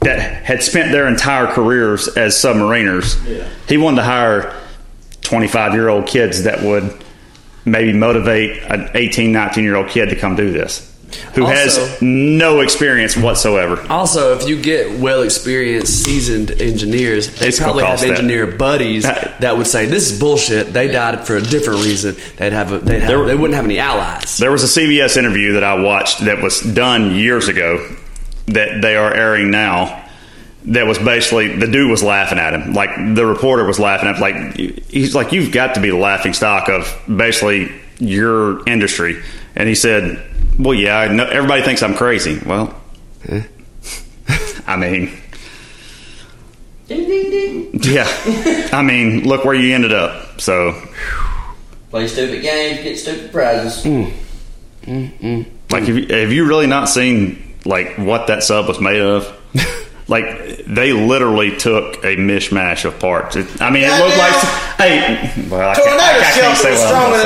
Speaker 4: that had spent their entire careers as submariners. He wanted to hire 25 year old kids that would maybe motivate an 18, 19 year old kid to come do this who
Speaker 2: Also-
Speaker 4: has no experience whatsoever.
Speaker 2: Also, if you get well experienced, seasoned engineers, they
Speaker 4: It's gonna
Speaker 2: probably have
Speaker 4: cost that.
Speaker 2: engineer buddies
Speaker 4: That-
Speaker 2: that would say, "This is bullshit." They died for a different reason. They'd have, a, they'd have
Speaker 4: There-
Speaker 2: they wouldn't have any allies.
Speaker 4: There was a CBS interview that I watched that was done years ago that they are airing now. That was basically the dude was laughing at him, like the reporter was laughing at, him. like he's like you've got to be the laughing stock of basically your industry. And he said, "Well, yeah, I know, everybody thinks I'm crazy." Well, I mean,
Speaker 6: Ding ding ding.
Speaker 4: yeah, I mean, look where you ended up. So,
Speaker 6: Play stupid games, get stupid prizes.
Speaker 4: like, have you, have you really not seen like what that sub was made of? Like they literally took a mishmash of parts. It, I mean, it looked like hey, well, I can't, I,
Speaker 7: Tornado
Speaker 4: I can't
Speaker 7: shelter
Speaker 4: say
Speaker 7: was
Speaker 4: what I'm
Speaker 7: stronger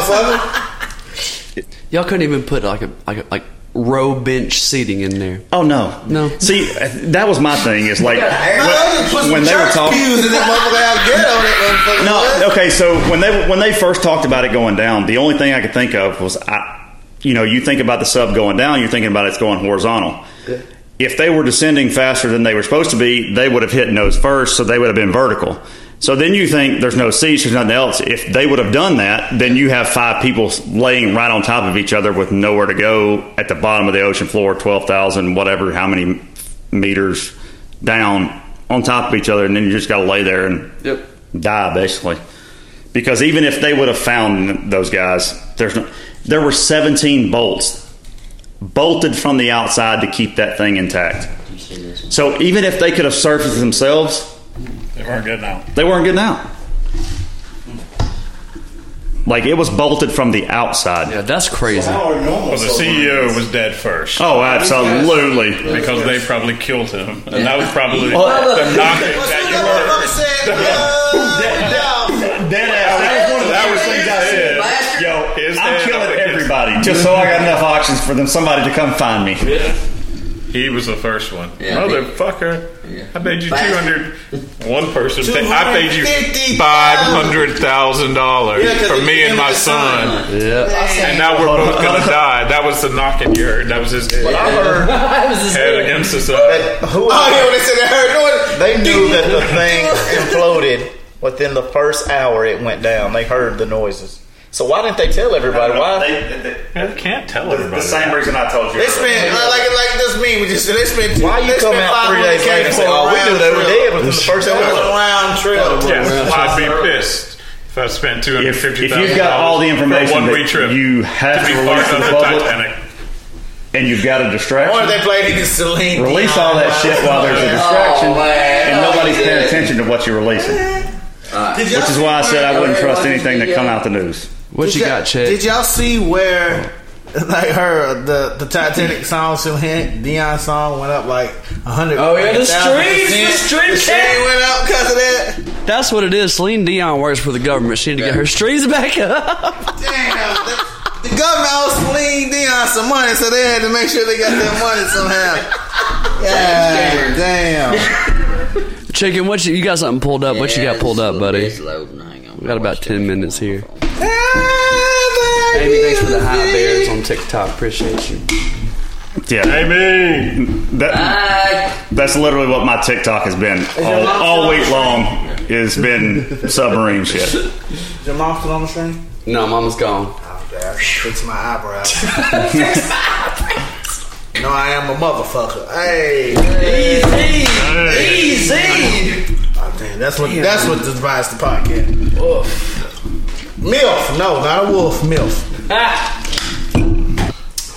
Speaker 4: gonna
Speaker 7: than
Speaker 4: say.
Speaker 7: that,
Speaker 2: Y'all couldn't even put like a like a, like row bench seating in there.
Speaker 4: Oh no,
Speaker 2: No.
Speaker 4: See, that was my thing. Is like
Speaker 7: motherfucker.
Speaker 4: when,
Speaker 7: Put
Speaker 4: when
Speaker 7: some
Speaker 4: they were
Speaker 7: church
Speaker 4: talking.
Speaker 7: pews in that motherfucker. I'll get on it, motherfucker.
Speaker 4: No, okay. So when they when they first talked about it going down, the only thing I could think of was I, you know, you think about the sub going down, you're thinking about it's going horizontal. If they were descending faster than they were supposed to be, they would have hit nose first, so they would have been vertical. So then you think there's no seats, there's nothing else. If they would have done that, then you have five people laying right on top of each other with nowhere to go at the bottom of the ocean floor, twelve thousand, whatever, how many meters down on top of each other, and then you just got to lay there and
Speaker 2: Yep.
Speaker 4: die basically. Because even if they would have found those guys, there's no, there were 17 bolts bolted from the outside to keep that thing intact.
Speaker 6: You see this one?
Speaker 4: So even if they could have surfaced themselves,
Speaker 8: They weren't good now.
Speaker 4: they weren't getting out. Like it was bolted from the outside.
Speaker 2: Yeah, that's crazy.
Speaker 8: Well, the CEO was dead first.
Speaker 4: Oh, absolutely.
Speaker 8: Because they probably killed him, and that was probably the
Speaker 4: Well,
Speaker 8: knock that you heard.
Speaker 4: That was
Speaker 6: Bastard.
Speaker 4: Yo,
Speaker 8: His
Speaker 4: I'm
Speaker 8: head up
Speaker 4: killing
Speaker 8: against-
Speaker 4: everybody just so I got enough options for them somebody to come find me.
Speaker 8: He was the first one.
Speaker 6: Yeah.
Speaker 8: Motherfucker.
Speaker 6: Yeah.
Speaker 8: I paid you two
Speaker 6: Bastard.
Speaker 8: hundred. One person. paid- I paid you five hundred thousand dollars for me and my son.
Speaker 2: Yeah.
Speaker 8: And now we're both gonna die. That was the knocking you heard. That was his
Speaker 6: That was his
Speaker 8: head
Speaker 6: head.
Speaker 8: against the
Speaker 1: uh,
Speaker 8: side.
Speaker 3: Who
Speaker 7: Oh, yeah, when they said that hurt noise.
Speaker 3: They knew that the thing imploded within the first hour it went down. They heard the noises. So why didn't they tell everybody? Why?
Speaker 8: I can't tell
Speaker 4: the
Speaker 8: everybody.
Speaker 4: same reason I told you.
Speaker 7: They spent, uh, like, like this meme we just said, they spent
Speaker 3: Why you
Speaker 7: they
Speaker 3: come
Speaker 7: spent
Speaker 3: out three
Speaker 7: 500K
Speaker 3: days later and say,
Speaker 7: for a
Speaker 3: "Oh, we knew
Speaker 7: round
Speaker 3: they were
Speaker 7: trip."
Speaker 3: dead within the first
Speaker 7: That was a
Speaker 3: hour"?
Speaker 7: round trip.
Speaker 8: Yes, I'd be pissed if I spent two hundred
Speaker 4: If, if
Speaker 8: fifty thousand.
Speaker 4: you've got all
Speaker 8: for
Speaker 4: the information
Speaker 8: one
Speaker 4: that
Speaker 8: week trip,
Speaker 4: you
Speaker 8: to
Speaker 4: have to,
Speaker 8: be part
Speaker 4: release to
Speaker 8: of
Speaker 4: the
Speaker 8: the
Speaker 4: public,
Speaker 8: Titanic.
Speaker 4: and you've got a
Speaker 7: Or they
Speaker 4: distraction,
Speaker 7: played any Celine
Speaker 4: release
Speaker 7: Dion.
Speaker 4: all that shit while there's a distraction,
Speaker 6: Oh, man.
Speaker 4: and
Speaker 6: Oh,
Speaker 4: nobody's
Speaker 6: yeah.
Speaker 4: paying attention to what you're releasing.
Speaker 7: Did y'all
Speaker 4: Which is
Speaker 7: see
Speaker 4: why I said I
Speaker 7: where-
Speaker 4: wouldn't trust anything that come out the news.
Speaker 2: What you
Speaker 7: Did y'all-
Speaker 2: got, Chet?
Speaker 7: Did y'all see where like her the the Titanic song Celine Dion song went up like a hundred?
Speaker 2: Oh, yeah, the
Speaker 7: 100,000%?
Speaker 2: streams, the stream
Speaker 7: the stream
Speaker 2: count.
Speaker 7: went up because of that.
Speaker 2: That's what it is. Celine Dion works for the government. She need to get her streets back up.
Speaker 7: Damn, the, the government owes Celine Dion some money, so they had to make sure they got their money somehow. Yeah, damn.
Speaker 2: Chicken, what you, you got something pulled up? what you
Speaker 6: Yeah,
Speaker 2: got pulled
Speaker 6: this
Speaker 2: up,
Speaker 6: is-
Speaker 2: buddy?
Speaker 6: it's loading. Hang on.
Speaker 2: We got about ten minutes here.
Speaker 7: Baby,
Speaker 2: Amy, thanks for the high bears on TikTok. Appreciate you.
Speaker 4: Yeah, Amy. That,
Speaker 6: Bye.
Speaker 4: that's literally what my TikTok has been all,
Speaker 7: mouth
Speaker 4: all
Speaker 7: still
Speaker 4: week long. Has been submarine shit.
Speaker 7: Your mom still on the stream?
Speaker 2: No, mama's gone.
Speaker 7: Fix my eyebrows. no, I am a motherfucker. Hey, easy, easy. Oh, damn, that's what that's what divides the podcast. Milf, no, not a wolf. Milf.
Speaker 2: Ah.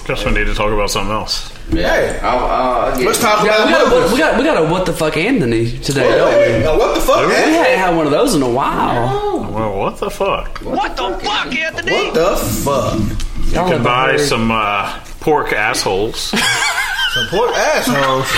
Speaker 1: Just we need to talk about something else.
Speaker 7: Hey,
Speaker 6: I'll, I'll, I'll get
Speaker 7: let's talk
Speaker 2: We
Speaker 7: about
Speaker 2: got, a,
Speaker 7: movies.
Speaker 2: we, got, we got a what the fuck Anthony today, don't we?
Speaker 7: Hey, now what the fuck,
Speaker 2: We
Speaker 7: man?
Speaker 2: hadn't had one of those in a while.
Speaker 1: Well, what the fuck?
Speaker 7: What the fuck?
Speaker 2: Y'all
Speaker 1: Could
Speaker 2: have
Speaker 1: buy
Speaker 2: heard-
Speaker 1: some uh, pork assholes.
Speaker 7: Support assholes.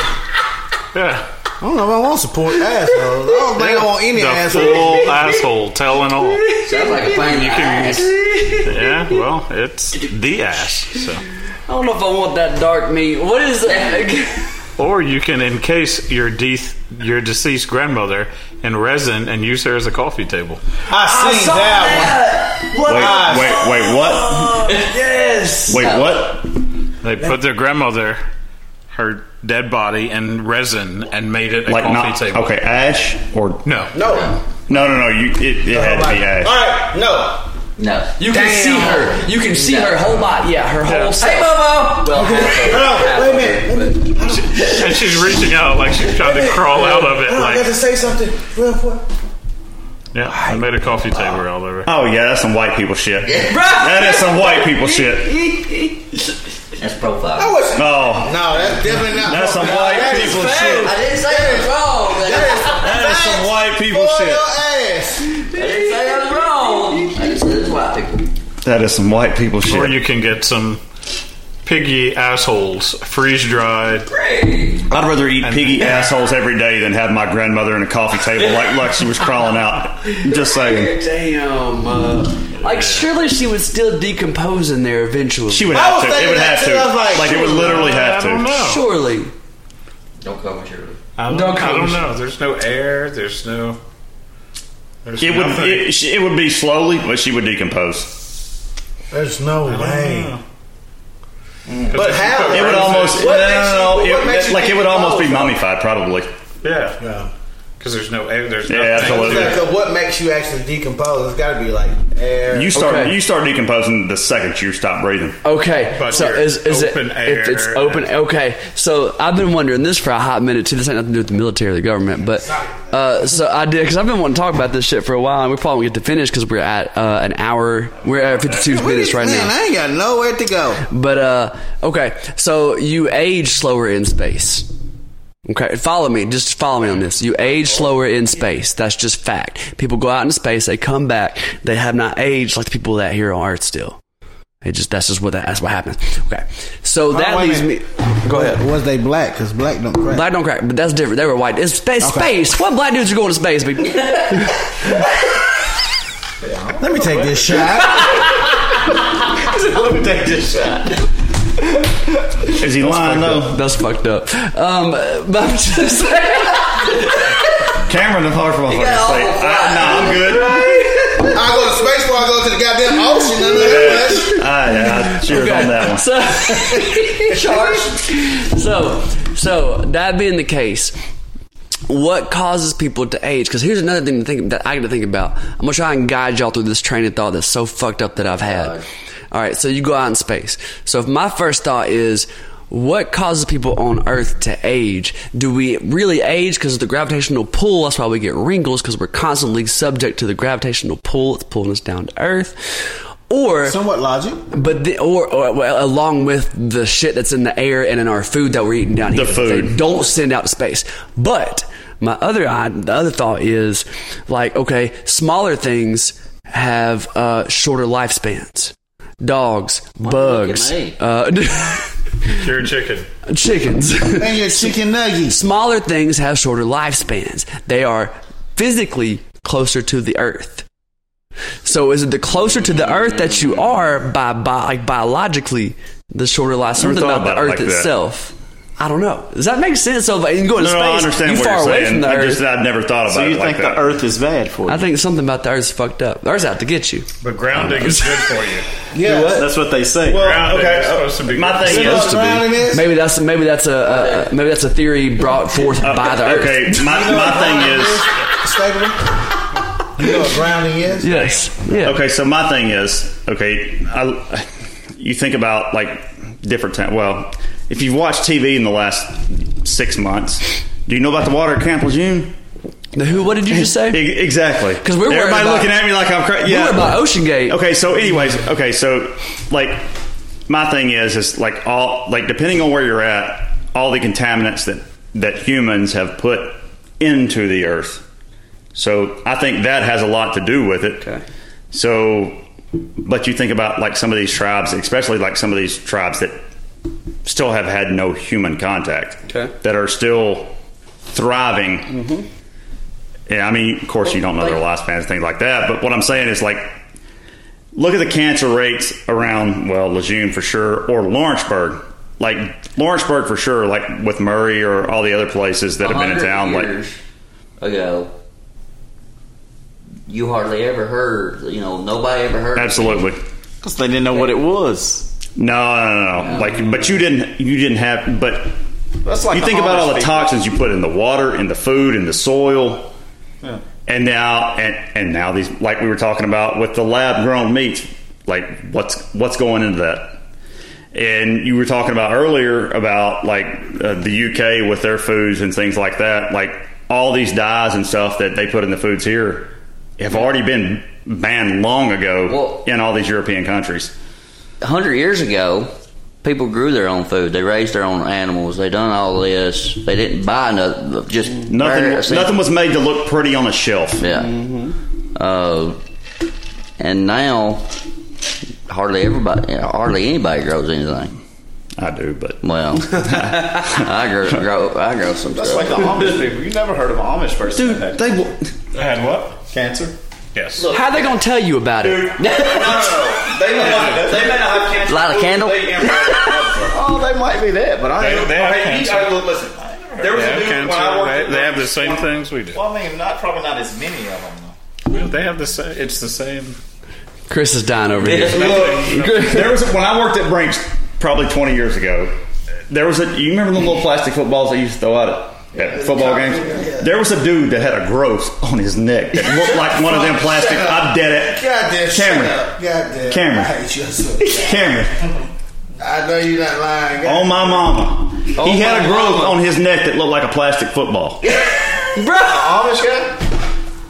Speaker 1: yeah.
Speaker 7: I don't know if I want to support assholes. I don't think I want any
Speaker 1: The
Speaker 7: assholes.
Speaker 1: full asshole, tell and all.
Speaker 6: Sounds like a pain in the ass.
Speaker 1: Yeah, well, it's the ass. So.
Speaker 2: I don't know if I want that dark meat. What is that?
Speaker 1: Or you can encase your de- your deceased grandmother in resin and use her as a coffee table.
Speaker 7: I seen that,
Speaker 4: Wait,
Speaker 7: Ah.
Speaker 4: wait, wait, what?
Speaker 2: yes.
Speaker 4: Wait, what?
Speaker 1: They put their grandmother, her dead body, in resin and made it a
Speaker 4: Like
Speaker 1: coffee
Speaker 4: not
Speaker 1: table.
Speaker 4: okay? Ash or
Speaker 1: No.
Speaker 7: one. No.
Speaker 4: no, no, no. You it, it had to be
Speaker 7: All
Speaker 4: ash.
Speaker 7: right, no.
Speaker 6: No.
Speaker 2: You can see her. You can see her whole body. Yeah, her whole self.
Speaker 6: Hey, Bobo!
Speaker 2: Well, half
Speaker 7: Wait a
Speaker 2: of it,
Speaker 7: minute.
Speaker 2: but-
Speaker 1: And she's reaching out like she's trying to crawl out of it.
Speaker 7: Oh, I got to
Speaker 1: Like,
Speaker 7: say something real quick.
Speaker 1: yeah, I made a coffee table all over.
Speaker 4: Oh yeah, that's some white people shit. that is some white people shit.
Speaker 6: That's profile.
Speaker 7: I was-
Speaker 4: Oh,
Speaker 7: No, that's definitely not.
Speaker 4: that's some
Speaker 7: No,
Speaker 4: white
Speaker 7: that is
Speaker 4: people
Speaker 7: facts.
Speaker 4: shit.
Speaker 6: I didn't say it was wrong.
Speaker 4: That is some white people
Speaker 7: Boil
Speaker 4: shit.
Speaker 7: your ass.
Speaker 6: I didn't say it was wrong. I just said it's white people.
Speaker 4: That is some white people shit.
Speaker 1: Or you can get some piggy assholes freeze dried.
Speaker 4: I'd rather eat piggy assholes every day than have my grandmother in a coffee table like Lexi was crawling out. Just saying.
Speaker 2: Damn. Uh, like, surely she would still decompose in there eventually.
Speaker 4: She would
Speaker 7: I
Speaker 4: have
Speaker 7: was
Speaker 4: to. It
Speaker 7: thinking
Speaker 4: would
Speaker 7: that
Speaker 4: have
Speaker 7: too. I was
Speaker 4: to.
Speaker 7: like,
Speaker 4: Like, it would literally have
Speaker 1: I don't
Speaker 4: to.
Speaker 1: know.
Speaker 2: surely.
Speaker 6: Don't come with your.
Speaker 1: I don't,
Speaker 2: Don't
Speaker 1: I don't
Speaker 2: come.
Speaker 1: know. There's no air. There's no. There's
Speaker 4: It would.
Speaker 1: nothing.
Speaker 4: It, she- it would be slowly, but she would decompose.
Speaker 7: There's no way. But how?
Speaker 4: It would almost. No,
Speaker 7: What
Speaker 4: no,
Speaker 7: makes
Speaker 4: no, no.
Speaker 7: you- what
Speaker 4: It-
Speaker 7: makes you
Speaker 4: like it
Speaker 7: think
Speaker 4: would almost be
Speaker 7: decompose?
Speaker 4: mummified, probably.
Speaker 1: Yeah,
Speaker 7: Yeah.
Speaker 1: because there's no air. There's
Speaker 4: Yeah,
Speaker 1: nothing.
Speaker 4: absolutely.
Speaker 7: Like, uh, what makes you actually decompose? It's got to be like air.
Speaker 4: You start.
Speaker 2: Okay.
Speaker 4: You start decomposing the second you stop breathing.
Speaker 2: Okay,
Speaker 1: But
Speaker 2: so
Speaker 1: you're
Speaker 2: is, is
Speaker 1: open
Speaker 2: it
Speaker 1: air
Speaker 2: if it's open?
Speaker 1: and-
Speaker 2: Okay, so I've been wondering this for a hot minute too. This ain't nothing to do with the military or the government, but uh, so I did because I've been wanting to talk about this shit for a while, and we probably won't get to finish because we're at uh, an hour. We're at fifty-two minutes right
Speaker 7: Man,
Speaker 2: now.
Speaker 7: I ain't got nowhere to go.
Speaker 2: But uh, okay, so you age slower in space. Okay, follow me. Just follow me on this. You age slower in space. That's just fact. People go out into space, they come back, they have not aged like the people that here on Earth still. It just that's just what that, that's what happens. Okay, so that
Speaker 7: wait a
Speaker 2: leaves me.
Speaker 7: minute.
Speaker 2: Go ahead.
Speaker 7: Was they black? Because black don't crack.
Speaker 2: Black don't crack, but that's different. They were white. It's space. Space. What black dudes are going to space? But
Speaker 7: Let me take this shot.
Speaker 4: Is he lying though?
Speaker 2: that's fucked up. Um, but I'm just saying.
Speaker 4: Cameron, the hard motherfucker.
Speaker 6: got all
Speaker 4: Say,
Speaker 6: the
Speaker 4: I- Nah, I'm good.
Speaker 7: I go to space before I go to the goddamn ocean. None of that much.
Speaker 4: I, yeah, I cheered on that one.
Speaker 2: So, So, so that being the case, what causes people to age? Because here's another thing to think that I got to think about. I'm gonna try and guide y'all through this train of thought that's so fucked up that I've had. All right, so you go out in space. So if my first thought is. What causes people on Earth to age? Do we really age because of the gravitational pull? That's why we get wrinkles because we're constantly subject to the gravitational pull. It's pulling us down to Earth. Or
Speaker 7: Somewhat logic.
Speaker 2: but the, or, or well, along with the shit that's in the air and in our food that we're eating down here,
Speaker 4: The
Speaker 2: that they
Speaker 4: food.
Speaker 2: don't send out to space. But my other eye- the other thought is like okay, smaller things have uh, shorter lifespans. Dogs, bugs,
Speaker 6: look at
Speaker 2: uh,
Speaker 1: Pure chicken.
Speaker 2: chickens.
Speaker 7: And your chicken nuggies.
Speaker 2: Smaller things have shorter lifespans. They are physically closer to the earth. So is it the closer to the earth that you are by, by like biologically the shorter life something
Speaker 4: thought
Speaker 2: about the
Speaker 4: about it
Speaker 2: earth
Speaker 4: like that.
Speaker 2: itself? I don't know. Does that make sense? So if you go to
Speaker 4: No, no,
Speaker 2: space,
Speaker 4: I understand
Speaker 2: you
Speaker 4: what
Speaker 2: far
Speaker 4: you're
Speaker 2: away
Speaker 4: saying.
Speaker 2: from the
Speaker 4: I
Speaker 2: earth.
Speaker 4: just I never thought about
Speaker 9: So
Speaker 4: it
Speaker 9: you
Speaker 4: like
Speaker 9: think
Speaker 4: that.
Speaker 9: the Earth is bad for you?
Speaker 2: I think something about the earth's fucked up. The earth's out to get you.
Speaker 1: But grounding is good for you.
Speaker 7: Yeah.
Speaker 9: That's what they say.
Speaker 4: Well,
Speaker 1: Grounding
Speaker 4: okay.
Speaker 1: is supposed to be
Speaker 4: My
Speaker 1: good.
Speaker 4: thing
Speaker 7: You know
Speaker 4: is
Speaker 7: what grounding is?
Speaker 2: Maybe that's maybe that's a, a maybe that's a theory brought forth by the earth.
Speaker 4: Uh, Okay, my, my
Speaker 7: uh,
Speaker 4: thing is
Speaker 7: Stapleton? You know what grounding is?
Speaker 2: Yes. Yeah.
Speaker 4: okay. So my thing is okay. I, you think about like different. Time, well, if you've watched TV in the last six months, do you know about the water at Camp Lejeune?
Speaker 2: The who? What did you just say?
Speaker 4: E- exactly.
Speaker 2: 'Cause we're worried
Speaker 4: everybody
Speaker 2: about-
Speaker 4: looking at me like I'm crazy. Yeah,
Speaker 2: What about Ocean Gate?
Speaker 4: Okay, so anyways, okay, so like my thing is is like all like depending on where you're at, all the contaminants that that humans have put into the earth. So I think that has a lot to do with it.
Speaker 2: Okay.
Speaker 4: So but you think about like some of these tribes, especially like some of these tribes that still have had no human contact
Speaker 2: Okay. Mm-hmm.
Speaker 4: that are still thriving. Yeah, I mean, of course, you don't know their lifespans and things like that. But what I'm saying is, like, look at the cancer rates around, well, Lejeune for sure, or Lawrenceburg. Like, Lawrenceburg for sure, like with Murray or all the other places that have been in town.
Speaker 6: 100 years ago, you hardly ever heard. You know, nobody ever heard.
Speaker 4: Like, absolutely.
Speaker 7: Because they didn't know what it was.
Speaker 4: No, no, no, no. Like, but you didn't, you didn't have, but
Speaker 7: That's like
Speaker 4: you think about all the toxins you put in the water, in the food, in the soil, and now and, and now these like we were talking about with the lab grown meats, like what's what's going into that? And you were talking about earlier about like uh, the UK with their foods and things like that, like all these dyes and stuff that they put in the foods here have already been banned long ago
Speaker 6: Well-
Speaker 4: in all these European countries.
Speaker 6: hundred years ago, people grew their own food. They raised their own animals. They done all this. They didn't buy nothing. Just
Speaker 4: Nothing,
Speaker 6: various-
Speaker 4: nothing was made to look pretty on a shelf.
Speaker 6: Yeah. Uh, and now, hardly everybody, hardly anybody grows anything.
Speaker 4: I do, but
Speaker 6: Well, I grow, grow, I grow some
Speaker 9: That's like
Speaker 6: stuff.
Speaker 9: the Amish people. You never heard of an Amish person. Dude, that
Speaker 2: They,
Speaker 1: I had what?
Speaker 9: cancer.
Speaker 1: Yes.
Speaker 2: how they gonna tell you about
Speaker 9: They
Speaker 2: it?
Speaker 9: may, not, they may not have cancer.
Speaker 6: Light a candle?
Speaker 9: They am- oh, they might be that, but I
Speaker 1: They-
Speaker 9: ain't-
Speaker 1: they have
Speaker 9: I mean,
Speaker 1: cancer.
Speaker 9: I- look, listen, there was
Speaker 1: They
Speaker 9: a
Speaker 1: have
Speaker 9: dude when I worked.
Speaker 1: cancer.
Speaker 9: at
Speaker 1: They, they have the
Speaker 9: Dunkin'
Speaker 1: same things we do.
Speaker 3: Well, I mean, not probably not as many of them. though.
Speaker 1: They have the same. It's the same.
Speaker 2: Chris is dying over here.
Speaker 9: Look,
Speaker 4: there was when I worked at Brinks probably 20 years ago. There was a you remember the little plastic footballs they used to throw out at, at football games. There was a dude that had a gross on his neck that looked like one of them plastic. I did it,
Speaker 7: God damn,
Speaker 4: Cameron.
Speaker 7: shut up. God damn.
Speaker 4: Cameron.
Speaker 7: I hate you so
Speaker 4: Cameron.
Speaker 7: I know you're not lying. God.
Speaker 4: Oh my mama.
Speaker 3: Oh,
Speaker 4: He had a growth on his neck that looked like a plastic football. Oh,
Speaker 9: Amish guy?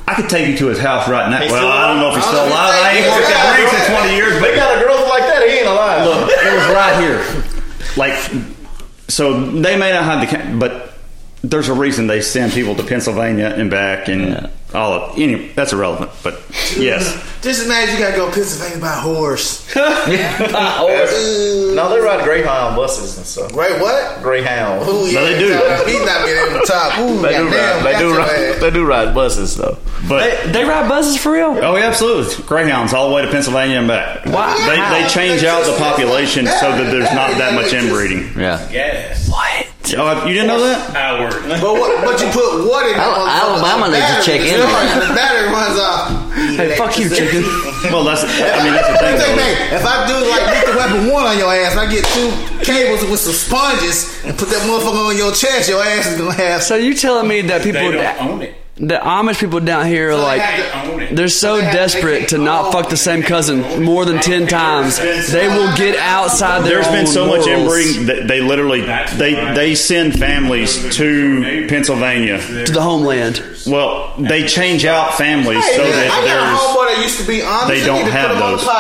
Speaker 4: I could take you to his house right now.
Speaker 9: He's
Speaker 4: well,
Speaker 9: still
Speaker 4: I don't know if he's still
Speaker 9: alive?
Speaker 4: alive. I ain't worked at Brinks in 20 years, but
Speaker 9: They got a growth like that. He ain't alive.
Speaker 4: Look, it was right here. Like, so they may not have the, ca- but there's a reason they send people to Pennsylvania and back and all of. Anyway, that's irrelevant. But yes,
Speaker 7: Just imagine you gotta go Pennsylvania by horse.
Speaker 3: No, they ride Greyhound buses and stuff.
Speaker 7: Right? What?
Speaker 3: Greyhound.
Speaker 7: Ooh, yeah,
Speaker 4: they do.
Speaker 7: He's not being able to talk. Ooh,
Speaker 9: They do, ride,
Speaker 7: goddamn,
Speaker 9: they,
Speaker 7: got
Speaker 9: do
Speaker 7: your
Speaker 9: ride,
Speaker 7: ass.
Speaker 9: they do ride buses, though.
Speaker 4: but
Speaker 2: They ride buses for real?
Speaker 4: oh, yeah, absolutely, Greyhounds all the way to Pennsylvania and back.
Speaker 2: Why?
Speaker 4: They, they change out the population so that there's not that much inbreeding.
Speaker 6: Yeah.
Speaker 1: Yes.
Speaker 4: Oh, you didn't know that?
Speaker 1: Hour.
Speaker 7: But what? But you put what in that
Speaker 6: Al-
Speaker 7: motherfucker,
Speaker 6: Alabama
Speaker 7: the
Speaker 6: needs to
Speaker 7: battery
Speaker 6: check
Speaker 7: is
Speaker 6: in
Speaker 7: gone,
Speaker 6: on it.
Speaker 7: The battery runs off.
Speaker 2: Hey, fuck you, chicken.
Speaker 4: Well, that's. I mean, that's the thing.
Speaker 7: Take
Speaker 4: though.
Speaker 7: that. If I do like get the weapon one on your ass, I get two cables with some sponges and put that motherfucker on your chest, your ass is gonna have.
Speaker 2: So you telling me that people, that,
Speaker 1: own it.
Speaker 2: the Amish people down here, are like they're so desperate to not fuck the same cousin more than ten times, they will get outside their.
Speaker 4: There's been
Speaker 2: own
Speaker 4: so much
Speaker 2: morals.
Speaker 4: inbreeding that they literally
Speaker 1: That's
Speaker 4: they
Speaker 1: why-
Speaker 4: they send families to Pennsylvania
Speaker 2: to the homeland.
Speaker 4: Well, they change out families
Speaker 7: Hey,
Speaker 4: so
Speaker 7: man, I got a
Speaker 4: that
Speaker 7: homeboy that used to be honest.
Speaker 4: they
Speaker 7: We
Speaker 4: don't
Speaker 7: need to
Speaker 4: have
Speaker 7: put him
Speaker 4: those.
Speaker 7: On the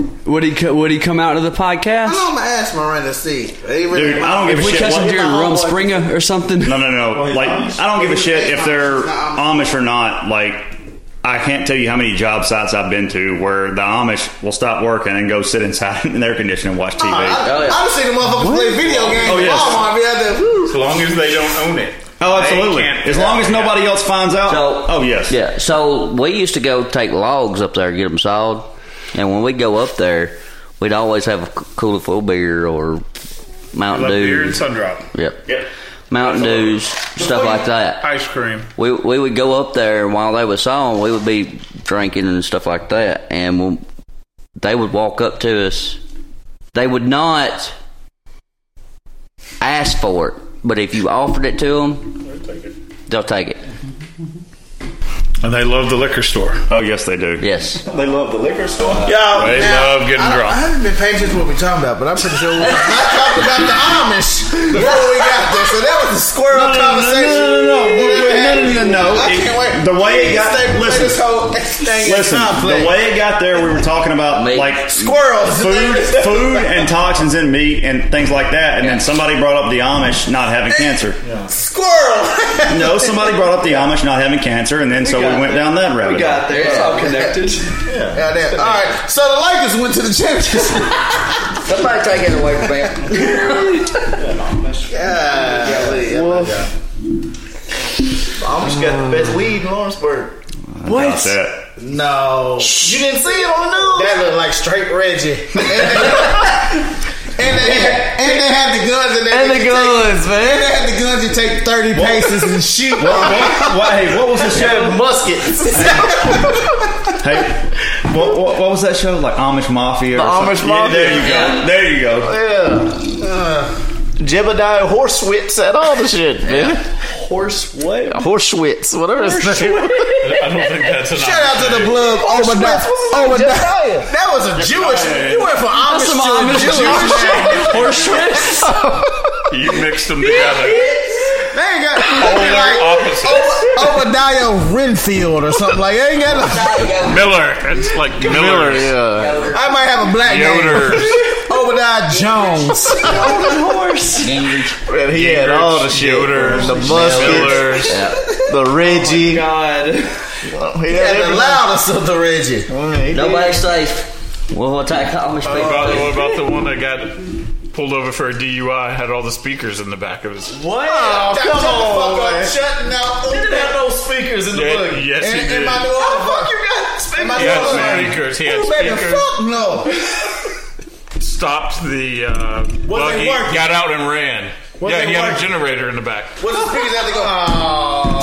Speaker 7: podcast.
Speaker 2: Would he? co- Would he come out to the podcast?
Speaker 7: I'm gonna ask Miranda to see.
Speaker 4: there's. Dude, I don't give
Speaker 2: If
Speaker 4: a
Speaker 2: we
Speaker 4: shit.
Speaker 2: catch
Speaker 4: what-
Speaker 2: him during Rum Springer or something,
Speaker 4: no, no, no. Like, I don't give a shit if they're Amish or not. Like, I can't tell you how many job sites I've been to where the Amish will stop working and go sit inside in air conditioning and watch TV.
Speaker 7: I, I just seen the motherfuckers play video games.
Speaker 4: Oh,
Speaker 7: at
Speaker 4: yes.
Speaker 7: Walmart, be out there, woo.
Speaker 1: As long as they don't own it.
Speaker 4: Oh, absolutely.
Speaker 1: They can't-
Speaker 4: As long as
Speaker 1: Yeah.
Speaker 4: nobody else finds out.
Speaker 6: So-
Speaker 4: Oh, yes.
Speaker 6: Yeah. So we used to go take logs up there, get them sawed, and when we go up there, we'd always have a c- cooler full of beer or Mountain
Speaker 1: Love beer and
Speaker 6: Dews.
Speaker 1: sundrop.
Speaker 6: Yep.
Speaker 4: Yep.
Speaker 6: Mountain Dews, stuff like that.
Speaker 1: Ice cream.
Speaker 6: We we would go up there, and while they was sawing, we would be drinking and stuff like that, and we they would walk up to us. They would not ask for it, but if you offered it to them, they'll take it.
Speaker 1: And they love the liquor store.
Speaker 4: Oh, yes, they do.
Speaker 6: Yes.
Speaker 9: They love the liquor store.
Speaker 7: Yo,
Speaker 1: They
Speaker 7: now,
Speaker 1: love getting
Speaker 7: I, don't- I
Speaker 1: drunk.
Speaker 7: haven't been paying attention to what we're talking about, but I'm pretty sure we I talked about the Amish before we got there, so that was a
Speaker 4: No,
Speaker 7: squirrel
Speaker 4: no, no, no,
Speaker 7: conversation.
Speaker 4: no, no, no, no, no, no, no, no.
Speaker 7: I
Speaker 4: It-
Speaker 7: can't wait.
Speaker 4: the way it got-
Speaker 7: Stay- play
Speaker 4: listen.
Speaker 7: this whole thing
Speaker 4: Listen, the way it got there, we were talking about
Speaker 6: Meat.
Speaker 4: like
Speaker 7: Squirrels.
Speaker 4: food, food, and toxins in meat and things like that. And then somebody brought up the Amish not having cancer.
Speaker 7: squirrel.
Speaker 4: No, somebody brought up the Amish not having cancer, and then so we went down that rabbit. hole.
Speaker 9: there. It's all connected.
Speaker 7: Goddamn. All right, so the Lakers went to the championship.
Speaker 6: Somebody take it away from me.
Speaker 7: Golly.
Speaker 3: Amish got the best weed in Lawrenceburg.
Speaker 4: What? That.
Speaker 7: No.
Speaker 3: You didn't see it on the news.
Speaker 7: That looked like straight Reggie. and, they had, and they had the guns in there.
Speaker 2: And
Speaker 7: that
Speaker 2: the
Speaker 7: you
Speaker 2: guns,
Speaker 7: take,
Speaker 2: man.
Speaker 7: And they had the guns you take 30 paces and shoot.
Speaker 9: What, hey, what was the show?
Speaker 7: muskets.
Speaker 9: Hey, what, what, what was that show? Like Amish Mafia? The
Speaker 2: Amish Mafia.
Speaker 9: there you go.
Speaker 2: Yeah.
Speaker 9: There you go.
Speaker 3: Yeah.
Speaker 7: Uh,
Speaker 3: Jebediah Horsewitz at all the shit, man. Horse what? Horsewitz, whatever his name was.
Speaker 1: I don't think that's an
Speaker 7: Shout out to the plug.
Speaker 2: Oh,
Speaker 7: Obadiah. Obadiah. That was a Jewish. You went from Amish to a
Speaker 2: Amish
Speaker 7: Jewish.
Speaker 1: You mixed them together.
Speaker 7: They ain't got they like
Speaker 1: opposites.
Speaker 7: Ob- Obadiah Renfield or something like. They ain't got. No,
Speaker 1: Miller. It's like Miller.
Speaker 3: Yeah.
Speaker 7: I might have a black name.
Speaker 1: Yoder.
Speaker 7: Obadiah Jones.
Speaker 3: Man, he had all the shit.
Speaker 1: Yoder.
Speaker 3: The muskets. The
Speaker 7: Oh
Speaker 3: Reggie. God. He had
Speaker 7: and the
Speaker 3: everything.
Speaker 7: loudest of the Reggie.
Speaker 3: Mm, he did.
Speaker 6: Nobody's safe. We'll attack Amish
Speaker 1: What about,
Speaker 6: people.
Speaker 1: what about the one that got pulled over for a DUI? Had all the speakers in the back of his.
Speaker 7: What? Oh,
Speaker 3: come on, man.
Speaker 7: Shutting out.
Speaker 3: He didn't have no speakers in the
Speaker 1: Yeah,
Speaker 3: book.
Speaker 1: yes, he
Speaker 7: In, in
Speaker 1: did.
Speaker 7: my new
Speaker 3: How the fuck
Speaker 7: overfuck.
Speaker 3: you got speakers?
Speaker 7: In my
Speaker 1: He
Speaker 7: new
Speaker 1: had
Speaker 7: overfuck.
Speaker 1: speakers. He had
Speaker 7: Ooh, baby,
Speaker 1: speakers.
Speaker 7: fuck no.
Speaker 1: Stopped the uh, buggy.
Speaker 7: working?
Speaker 1: Got out and ran. yeah,
Speaker 7: they
Speaker 1: he had
Speaker 7: working?
Speaker 1: a generator in the back.
Speaker 7: What's the speakers have to go?
Speaker 3: Oh.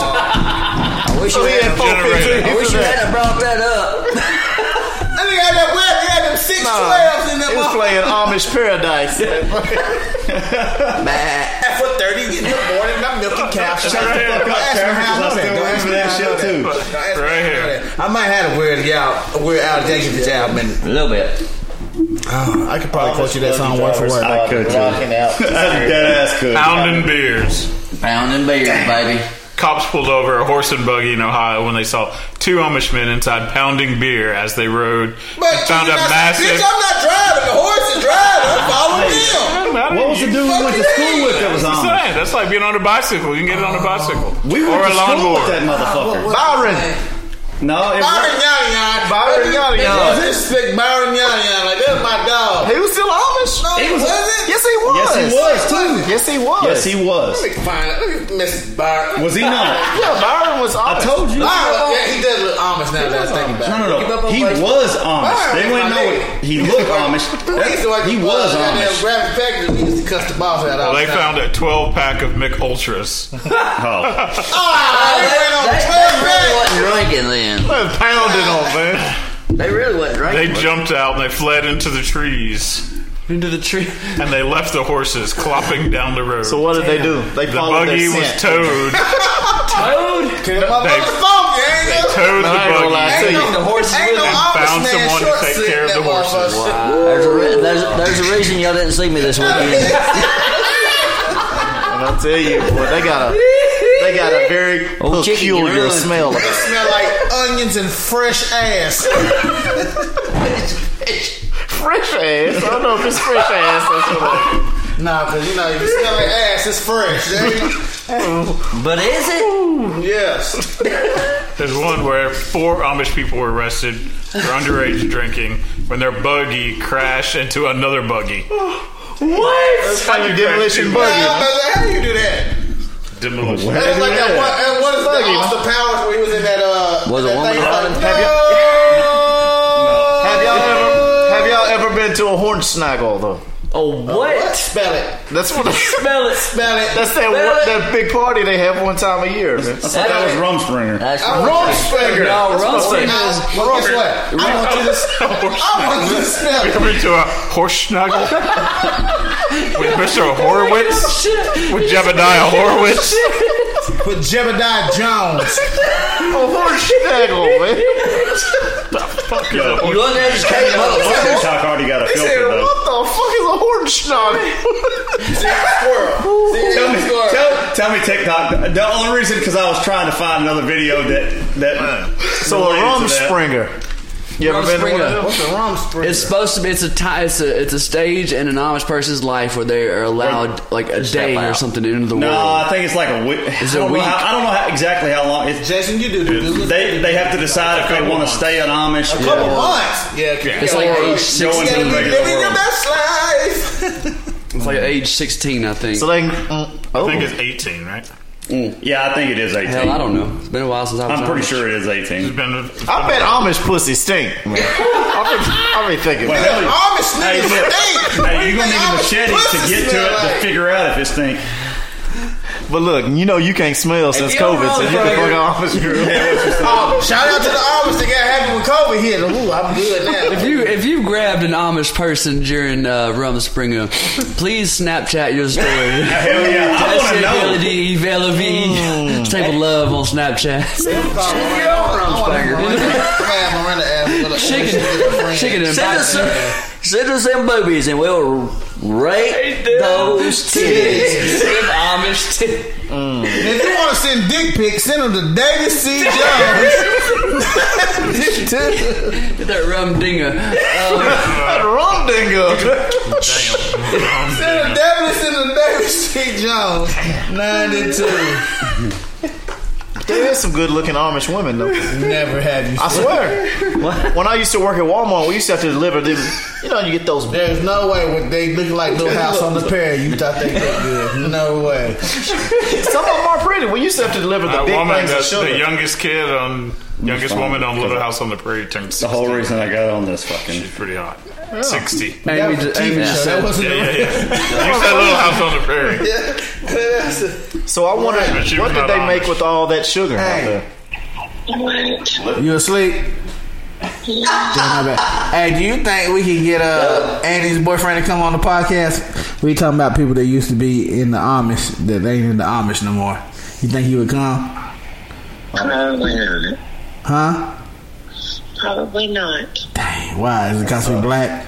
Speaker 6: I wish you had,
Speaker 1: Generator.
Speaker 6: I wish you hadn't brought that up.
Speaker 7: I think I had that web. He had them six
Speaker 3: Nah.
Speaker 7: twelves in that
Speaker 3: He was
Speaker 7: motherfucker.
Speaker 3: playing Amish Paradise.
Speaker 7: At foot thirty in the morning, and I'm milking cows. Shut the fuck up. Ask me how I know that. Don't ask me
Speaker 9: that
Speaker 7: how I know
Speaker 9: shit
Speaker 7: that.
Speaker 9: too.
Speaker 7: Don't ask me how
Speaker 1: Right
Speaker 7: I know
Speaker 1: here.
Speaker 7: that. I might have had a weird out, a weird out of Jenkins for job minute.
Speaker 6: A little bit.
Speaker 7: Oh, I could probably quote you that song word for word.
Speaker 9: I could too.
Speaker 3: Rocking out.
Speaker 9: Dead ass could.
Speaker 1: Pounding beers.
Speaker 6: Pounding beer, baby.
Speaker 1: Cops pulled over a horse and buggy in Ohio when they saw two Amish men inside pounding beer as they rode.
Speaker 7: But
Speaker 1: and found
Speaker 7: you
Speaker 1: a
Speaker 7: not-
Speaker 1: massive.
Speaker 7: Bitch, I'm not driving. The horse is driving. I'm following him.
Speaker 9: What was the dude we went to school with that was
Speaker 1: That's,
Speaker 9: on?
Speaker 1: saying. That's like being on a bicycle. You can get it on a bicycle.
Speaker 9: We
Speaker 1: or
Speaker 9: went
Speaker 1: a
Speaker 9: to school
Speaker 1: lawnmower.
Speaker 9: with that motherfucker.
Speaker 7: Byron.
Speaker 9: No, it
Speaker 7: Byron
Speaker 9: was
Speaker 7: Yada Yada.
Speaker 3: Byron Yada Yada.
Speaker 7: This big Byron Yada Yada. Like, that's my dog.
Speaker 3: He was still Amish.
Speaker 7: No, he
Speaker 9: was-
Speaker 7: wasn't.
Speaker 3: Yes, he was.
Speaker 9: Yes, he was too.
Speaker 3: Yes, he was.
Speaker 9: Yes, he was.
Speaker 7: Let me find it. Let me- Mrs. Byron.
Speaker 9: Was he not?
Speaker 3: Yeah, Byron was Amish.
Speaker 9: I told you.
Speaker 7: Byron, yeah, he does look Amish now that I think about it.
Speaker 9: No, no, no. He was Amish. They wouldn't know it. He looked Amish. That- He was Amish.
Speaker 7: Graphic packaging, he used to cuss the boss out all
Speaker 1: Well,
Speaker 7: the
Speaker 1: they
Speaker 7: time.
Speaker 1: found a 12 pack of Mick Ultras.
Speaker 9: Oh.
Speaker 7: Ah, they went on
Speaker 6: They,
Speaker 7: twelve
Speaker 6: they really
Speaker 7: minutes.
Speaker 6: wasn't drinking then.
Speaker 3: pounding on man.
Speaker 6: They really wasn't
Speaker 1: They
Speaker 6: drinking.
Speaker 1: jumped out and they fled into the trees.
Speaker 2: Into the tree.
Speaker 1: And they left the horses clopping down the road.
Speaker 3: So what did they do? They
Speaker 1: the
Speaker 3: followed
Speaker 1: buggy
Speaker 3: their
Speaker 1: was
Speaker 3: scent.
Speaker 1: towed.
Speaker 7: Motherfucker, fuck, you ain't no-
Speaker 1: Towed
Speaker 3: I ain't gonna
Speaker 1: the
Speaker 3: lie
Speaker 1: buggy.
Speaker 3: to you.
Speaker 7: ain't no horse ain't no
Speaker 1: and
Speaker 7: Amish
Speaker 1: found
Speaker 7: man
Speaker 1: someone to
Speaker 7: short
Speaker 1: take
Speaker 7: sitting
Speaker 1: care of
Speaker 7: that
Speaker 1: the horses.
Speaker 7: motherfucker.
Speaker 6: There's, a re- there's, there's a reason y'all didn't see me this weekend.
Speaker 3: And I tell you, boy, they got a they got a very
Speaker 6: Oh, chicken, you
Speaker 3: peculiar
Speaker 6: run.
Speaker 3: smell.
Speaker 7: It smell like onions and fresh ass.
Speaker 3: Fresh ass. I don't know if it's fresh ass. That's what
Speaker 7: nah, cause you know if you smell like ass, it's fresh. That
Speaker 6: But is it?
Speaker 7: ain't- yes.
Speaker 1: There's one where four Amish people were arrested for underage drinking when their buggy crashed into another buggy.
Speaker 3: That's like a
Speaker 1: Fucking
Speaker 3: demolition
Speaker 1: crazy.
Speaker 7: How,
Speaker 3: buggy.
Speaker 7: how do you do that?
Speaker 1: Demolition.
Speaker 7: That's like that one. And what is
Speaker 3: Buggy,
Speaker 7: the Austin Powers where he was in that? Uh,
Speaker 6: Was it
Speaker 7: that
Speaker 6: Woman
Speaker 7: thing?
Speaker 6: Hot
Speaker 7: Like,
Speaker 6: and
Speaker 3: Have y'all
Speaker 7: no!
Speaker 3: ever have y'all ever been to a horn snaggle though?
Speaker 6: Oh, what?
Speaker 7: Spell it.
Speaker 3: That's what.
Speaker 6: Smell it.
Speaker 7: Spell it.
Speaker 3: That's that one, that big party they have one time a year. Man.
Speaker 9: I thought that was Rumspringer.
Speaker 6: That's
Speaker 7: I'm Rumspringer.
Speaker 6: No,
Speaker 7: That's what I'm saying.
Speaker 6: Rumspringer.
Speaker 7: I- Well, guess what? I want you to. s- I want you to smell it.
Speaker 1: Coming to a horse snuggle with Mr. Horowitz, with Jebediah Horowitz.
Speaker 7: With Jebediah Jones.
Speaker 3: A horn snaggle, man.
Speaker 6: You wasn't there just came up.
Speaker 9: TikTok already got a
Speaker 3: He
Speaker 9: filter
Speaker 3: said,
Speaker 9: though.
Speaker 3: "What the fuck is a horn snaggle?"
Speaker 7: Squirrel. See,
Speaker 9: Tell me,
Speaker 7: squirrel.
Speaker 9: tell, tell me TikTok. The only reason because I was trying to find another video that that.
Speaker 3: So a
Speaker 9: related
Speaker 3: rum
Speaker 9: to that.
Speaker 3: springer. You ever been to one of
Speaker 6: Rumspringer.
Speaker 3: them?
Speaker 7: What's a rum springer?
Speaker 2: It's supposed to be. It's a ti It's a. It's a stage in an Amish person's life where they are allowed like a day or
Speaker 6: out.
Speaker 2: something into the
Speaker 9: No,
Speaker 2: world.
Speaker 9: I think it's like a week.
Speaker 2: Is
Speaker 9: I
Speaker 2: it a
Speaker 9: don't know
Speaker 2: week?
Speaker 9: How, I don't know how, exactly how long. It's,
Speaker 7: Jason, you do do.
Speaker 9: they they have to decide if they want to stay an Amish
Speaker 7: A couple
Speaker 9: or
Speaker 7: months. Yeah,
Speaker 2: It's like age six.
Speaker 9: go into the regular
Speaker 7: living your
Speaker 9: world.
Speaker 7: best life.
Speaker 2: It's like age sixteen, I think.
Speaker 3: So they. mm,
Speaker 1: I think
Speaker 3: oh,
Speaker 1: it's 18, right?
Speaker 4: Yeah, I think it is 18.
Speaker 2: Hell, I don't know. It's been a while since I was
Speaker 4: I'm pretty
Speaker 2: Amish.
Speaker 4: sure it is 18.
Speaker 3: I bet Amish pussy stink. I've been, I've been thinking.
Speaker 4: Well,
Speaker 3: about
Speaker 4: hell,
Speaker 7: Oh.
Speaker 3: it.
Speaker 7: Amish
Speaker 4: Hey,
Speaker 7: niggas
Speaker 4: look.
Speaker 7: stink.
Speaker 4: Hey, you're gonna need a
Speaker 7: Amish
Speaker 4: machete to
Speaker 7: pussy
Speaker 4: get to
Speaker 7: smell
Speaker 4: it to
Speaker 7: like?
Speaker 4: figure out if it stink.
Speaker 3: But look, you know you can't smell since
Speaker 2: get on
Speaker 3: COVID, so
Speaker 2: the
Speaker 3: you can fuck off.
Speaker 7: Oh, shout out to the Amish that got happy when COVID hit. Ooh, I'm good now.
Speaker 2: If you if you grabbed an Amish person during uh, Rum Springer, please Snapchat your story.
Speaker 4: Hell yeah, I wanna know. Oh.
Speaker 2: know. Staple love on Snapchat. Chicken, chicken and
Speaker 6: Send us, some, send us them boobies and we'll rate those titties. Them Amish titties.
Speaker 7: If you want to send dick pics, send them to David C. Jones.
Speaker 2: Get that rum dinger. Um,
Speaker 3: Rum dingo.
Speaker 7: Send them definitely send them to David C. Jones. 92.
Speaker 3: There is some good looking Amish women though.
Speaker 7: Never have you.
Speaker 3: I swear. When I used to work at Walmart, we used to have to deliver them. You know, you get those.
Speaker 7: There's no way what they look like Little House on the Prairie. You thought they looked good. No way.
Speaker 3: Some of them are pretty. We used to have to deliver the
Speaker 1: That
Speaker 3: big
Speaker 1: woman,
Speaker 3: things of
Speaker 1: that's the
Speaker 3: sugar.
Speaker 1: youngest kid on, youngest
Speaker 4: fine.
Speaker 1: woman on Little House on the Prairie turned 60.
Speaker 4: The whole reason I got on this fucking.
Speaker 1: She's pretty hot. 60. You said
Speaker 2: Amy, ju- Amy just
Speaker 7: That
Speaker 2: said,
Speaker 7: wasn't
Speaker 1: Yeah, yeah, Little House on the Prairie.
Speaker 3: so I wonder,
Speaker 1: But she was
Speaker 3: what did
Speaker 1: not
Speaker 3: they
Speaker 1: Amish.
Speaker 3: make with all that sugar? out there?
Speaker 7: You asleep? Damn, my bad. Hey, do you think we could get uh Andy's boyfriend to come on the podcast? We talking about people that used to be in the Amish that ain't in the Amish no more. You think he would come?
Speaker 10: Probably not.
Speaker 7: Huh?
Speaker 10: Probably not.
Speaker 7: Dang, why? Is it cause we black?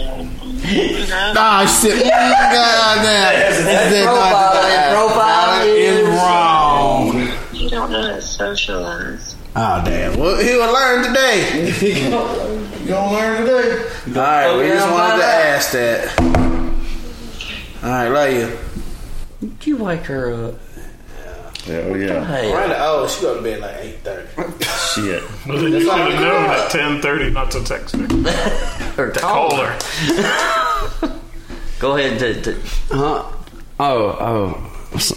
Speaker 10: No.
Speaker 7: Ah shit! God damn! That profile,
Speaker 6: profile
Speaker 7: is wrong.
Speaker 10: You don't know how to socialize.
Speaker 7: Oh damn! Well, he will learn today. you gonna learn today? All right, we just wanted to ask that. All right, love you.
Speaker 6: Did you wake her up?
Speaker 4: Hell yeah.
Speaker 6: Hey,
Speaker 7: Miranda, oh, she go to bed like eight thirty.
Speaker 4: Shit.
Speaker 1: You should have known at 10.30 not to text me.
Speaker 6: or
Speaker 1: Call her.
Speaker 6: Go ahead and. T- t-
Speaker 2: huh? Oh, oh. S-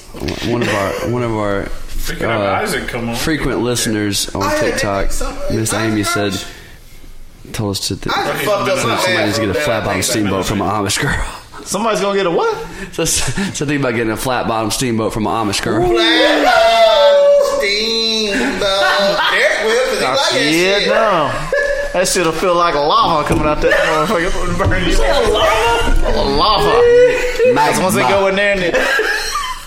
Speaker 2: One of our one of our
Speaker 1: Speaking of
Speaker 2: uh,
Speaker 1: Isaac, come on.
Speaker 2: frequent listeners on TikTok, Miss Amy said, told us to th-
Speaker 7: I just fucked up my
Speaker 2: somebody
Speaker 7: ass.
Speaker 2: needs to get a flat bottom steamboat from an Amish girl.
Speaker 3: Somebody's gonna get a what?
Speaker 2: So, so think about getting a flat bottom steamboat from an Amish girl.
Speaker 7: Derek will, 'cause he like that
Speaker 3: Yeah,
Speaker 7: shit.
Speaker 3: no. That shit'll feel like lava coming out that motherfucker. Burn you. Lava. Because once they go in there and it,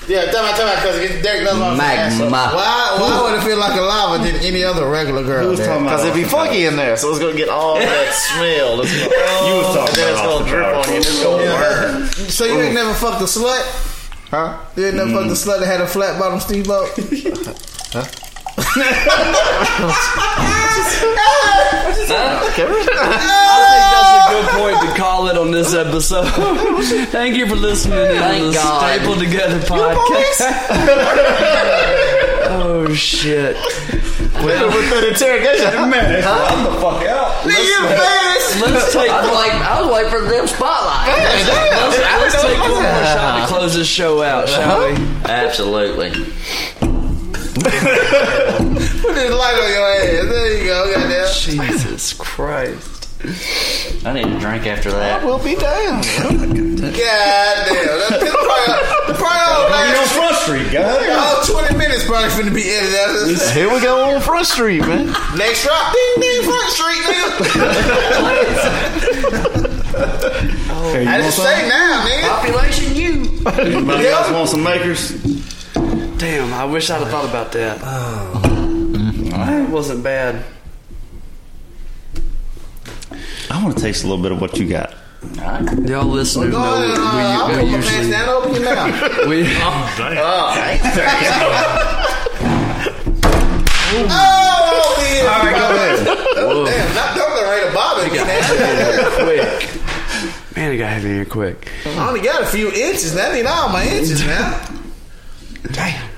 Speaker 7: Yeah, tell me, tell me, because Derek knows what I'm saying.
Speaker 2: Magma.
Speaker 7: Why, why would it feel like a lava than any other regular girl?
Speaker 4: Who's
Speaker 7: Derek?
Speaker 4: talking about
Speaker 3: because it'd be funky in there, so it's gonna get all that smell. It's gonna,
Speaker 4: You was talking
Speaker 3: and then it's
Speaker 4: about off the
Speaker 3: gonna drip
Speaker 4: power.
Speaker 3: on you. and It's gonna burn.
Speaker 7: So you ain't never fucked a slut?
Speaker 3: Huh?
Speaker 7: You ain't never
Speaker 4: Mm.
Speaker 7: fucked a slut that had a flat bottom steamboat?
Speaker 2: I think that's a good point to call it on this episode. Thank you for listening to
Speaker 6: Thank
Speaker 2: the
Speaker 6: God.
Speaker 2: Staple Together podcast. oh shit!
Speaker 3: With that interrogation, man.
Speaker 9: I'm the fuck out.
Speaker 2: Let's take
Speaker 6: I was like, I was waiting for the damn spotlight.
Speaker 2: let's, let's take one more shot to close this show out, shall we?
Speaker 6: Absolutely.
Speaker 7: Put this light on your ass. There you go, goddamn.
Speaker 2: Jesus Christ!
Speaker 6: I need a drink after that.
Speaker 3: We'll be down.
Speaker 7: Goddamn. That's that's probably, probably all
Speaker 9: You on
Speaker 7: last-
Speaker 9: Front Street, guys.
Speaker 7: all 20 minutes probably finna be edited out of this.
Speaker 3: Here we go on Front Street, man.
Speaker 7: Next drop, ding ding, front street, nigga. I just say now, nigga.
Speaker 6: Population you.
Speaker 4: Anybody else want some makers?
Speaker 2: Damn, I wish I'd have thought about that. Oh. That wasn't bad.
Speaker 4: I want to taste a little bit of what you got.
Speaker 2: Y'all listeners
Speaker 7: Go ahead and,
Speaker 2: know
Speaker 7: uh,
Speaker 2: we,
Speaker 7: I'll
Speaker 2: we,
Speaker 7: put my pants
Speaker 2: usually
Speaker 7: down, open your mouth.
Speaker 2: we,
Speaker 7: Oh, yeah. All right, go ahead. Damn, not dumping right to Bob again.
Speaker 2: quick. Man, I got heavy here quick.
Speaker 7: I only got a few inches. That ain't all my inches now.
Speaker 2: Damn.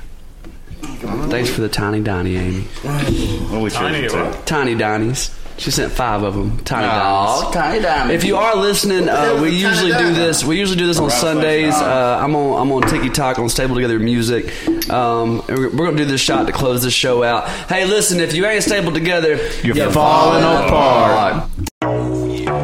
Speaker 2: Thanks for the tiny Donnie, Amy.
Speaker 9: Well, we
Speaker 1: Tiny
Speaker 9: should
Speaker 1: or-
Speaker 9: too.
Speaker 2: Tiny Donnies. She sent five of them. Tiny Donnies.
Speaker 6: Tiny Diamond.
Speaker 2: If you are listening, uh, we usually do this. We usually do this on Sundays. Uh, I'm on I'm on TikTok on Stable Together Music. Um, and we're, we're gonna do this shot to close the show out. Hey, listen, if you ain't stable together, you're,
Speaker 5: falling
Speaker 2: apart.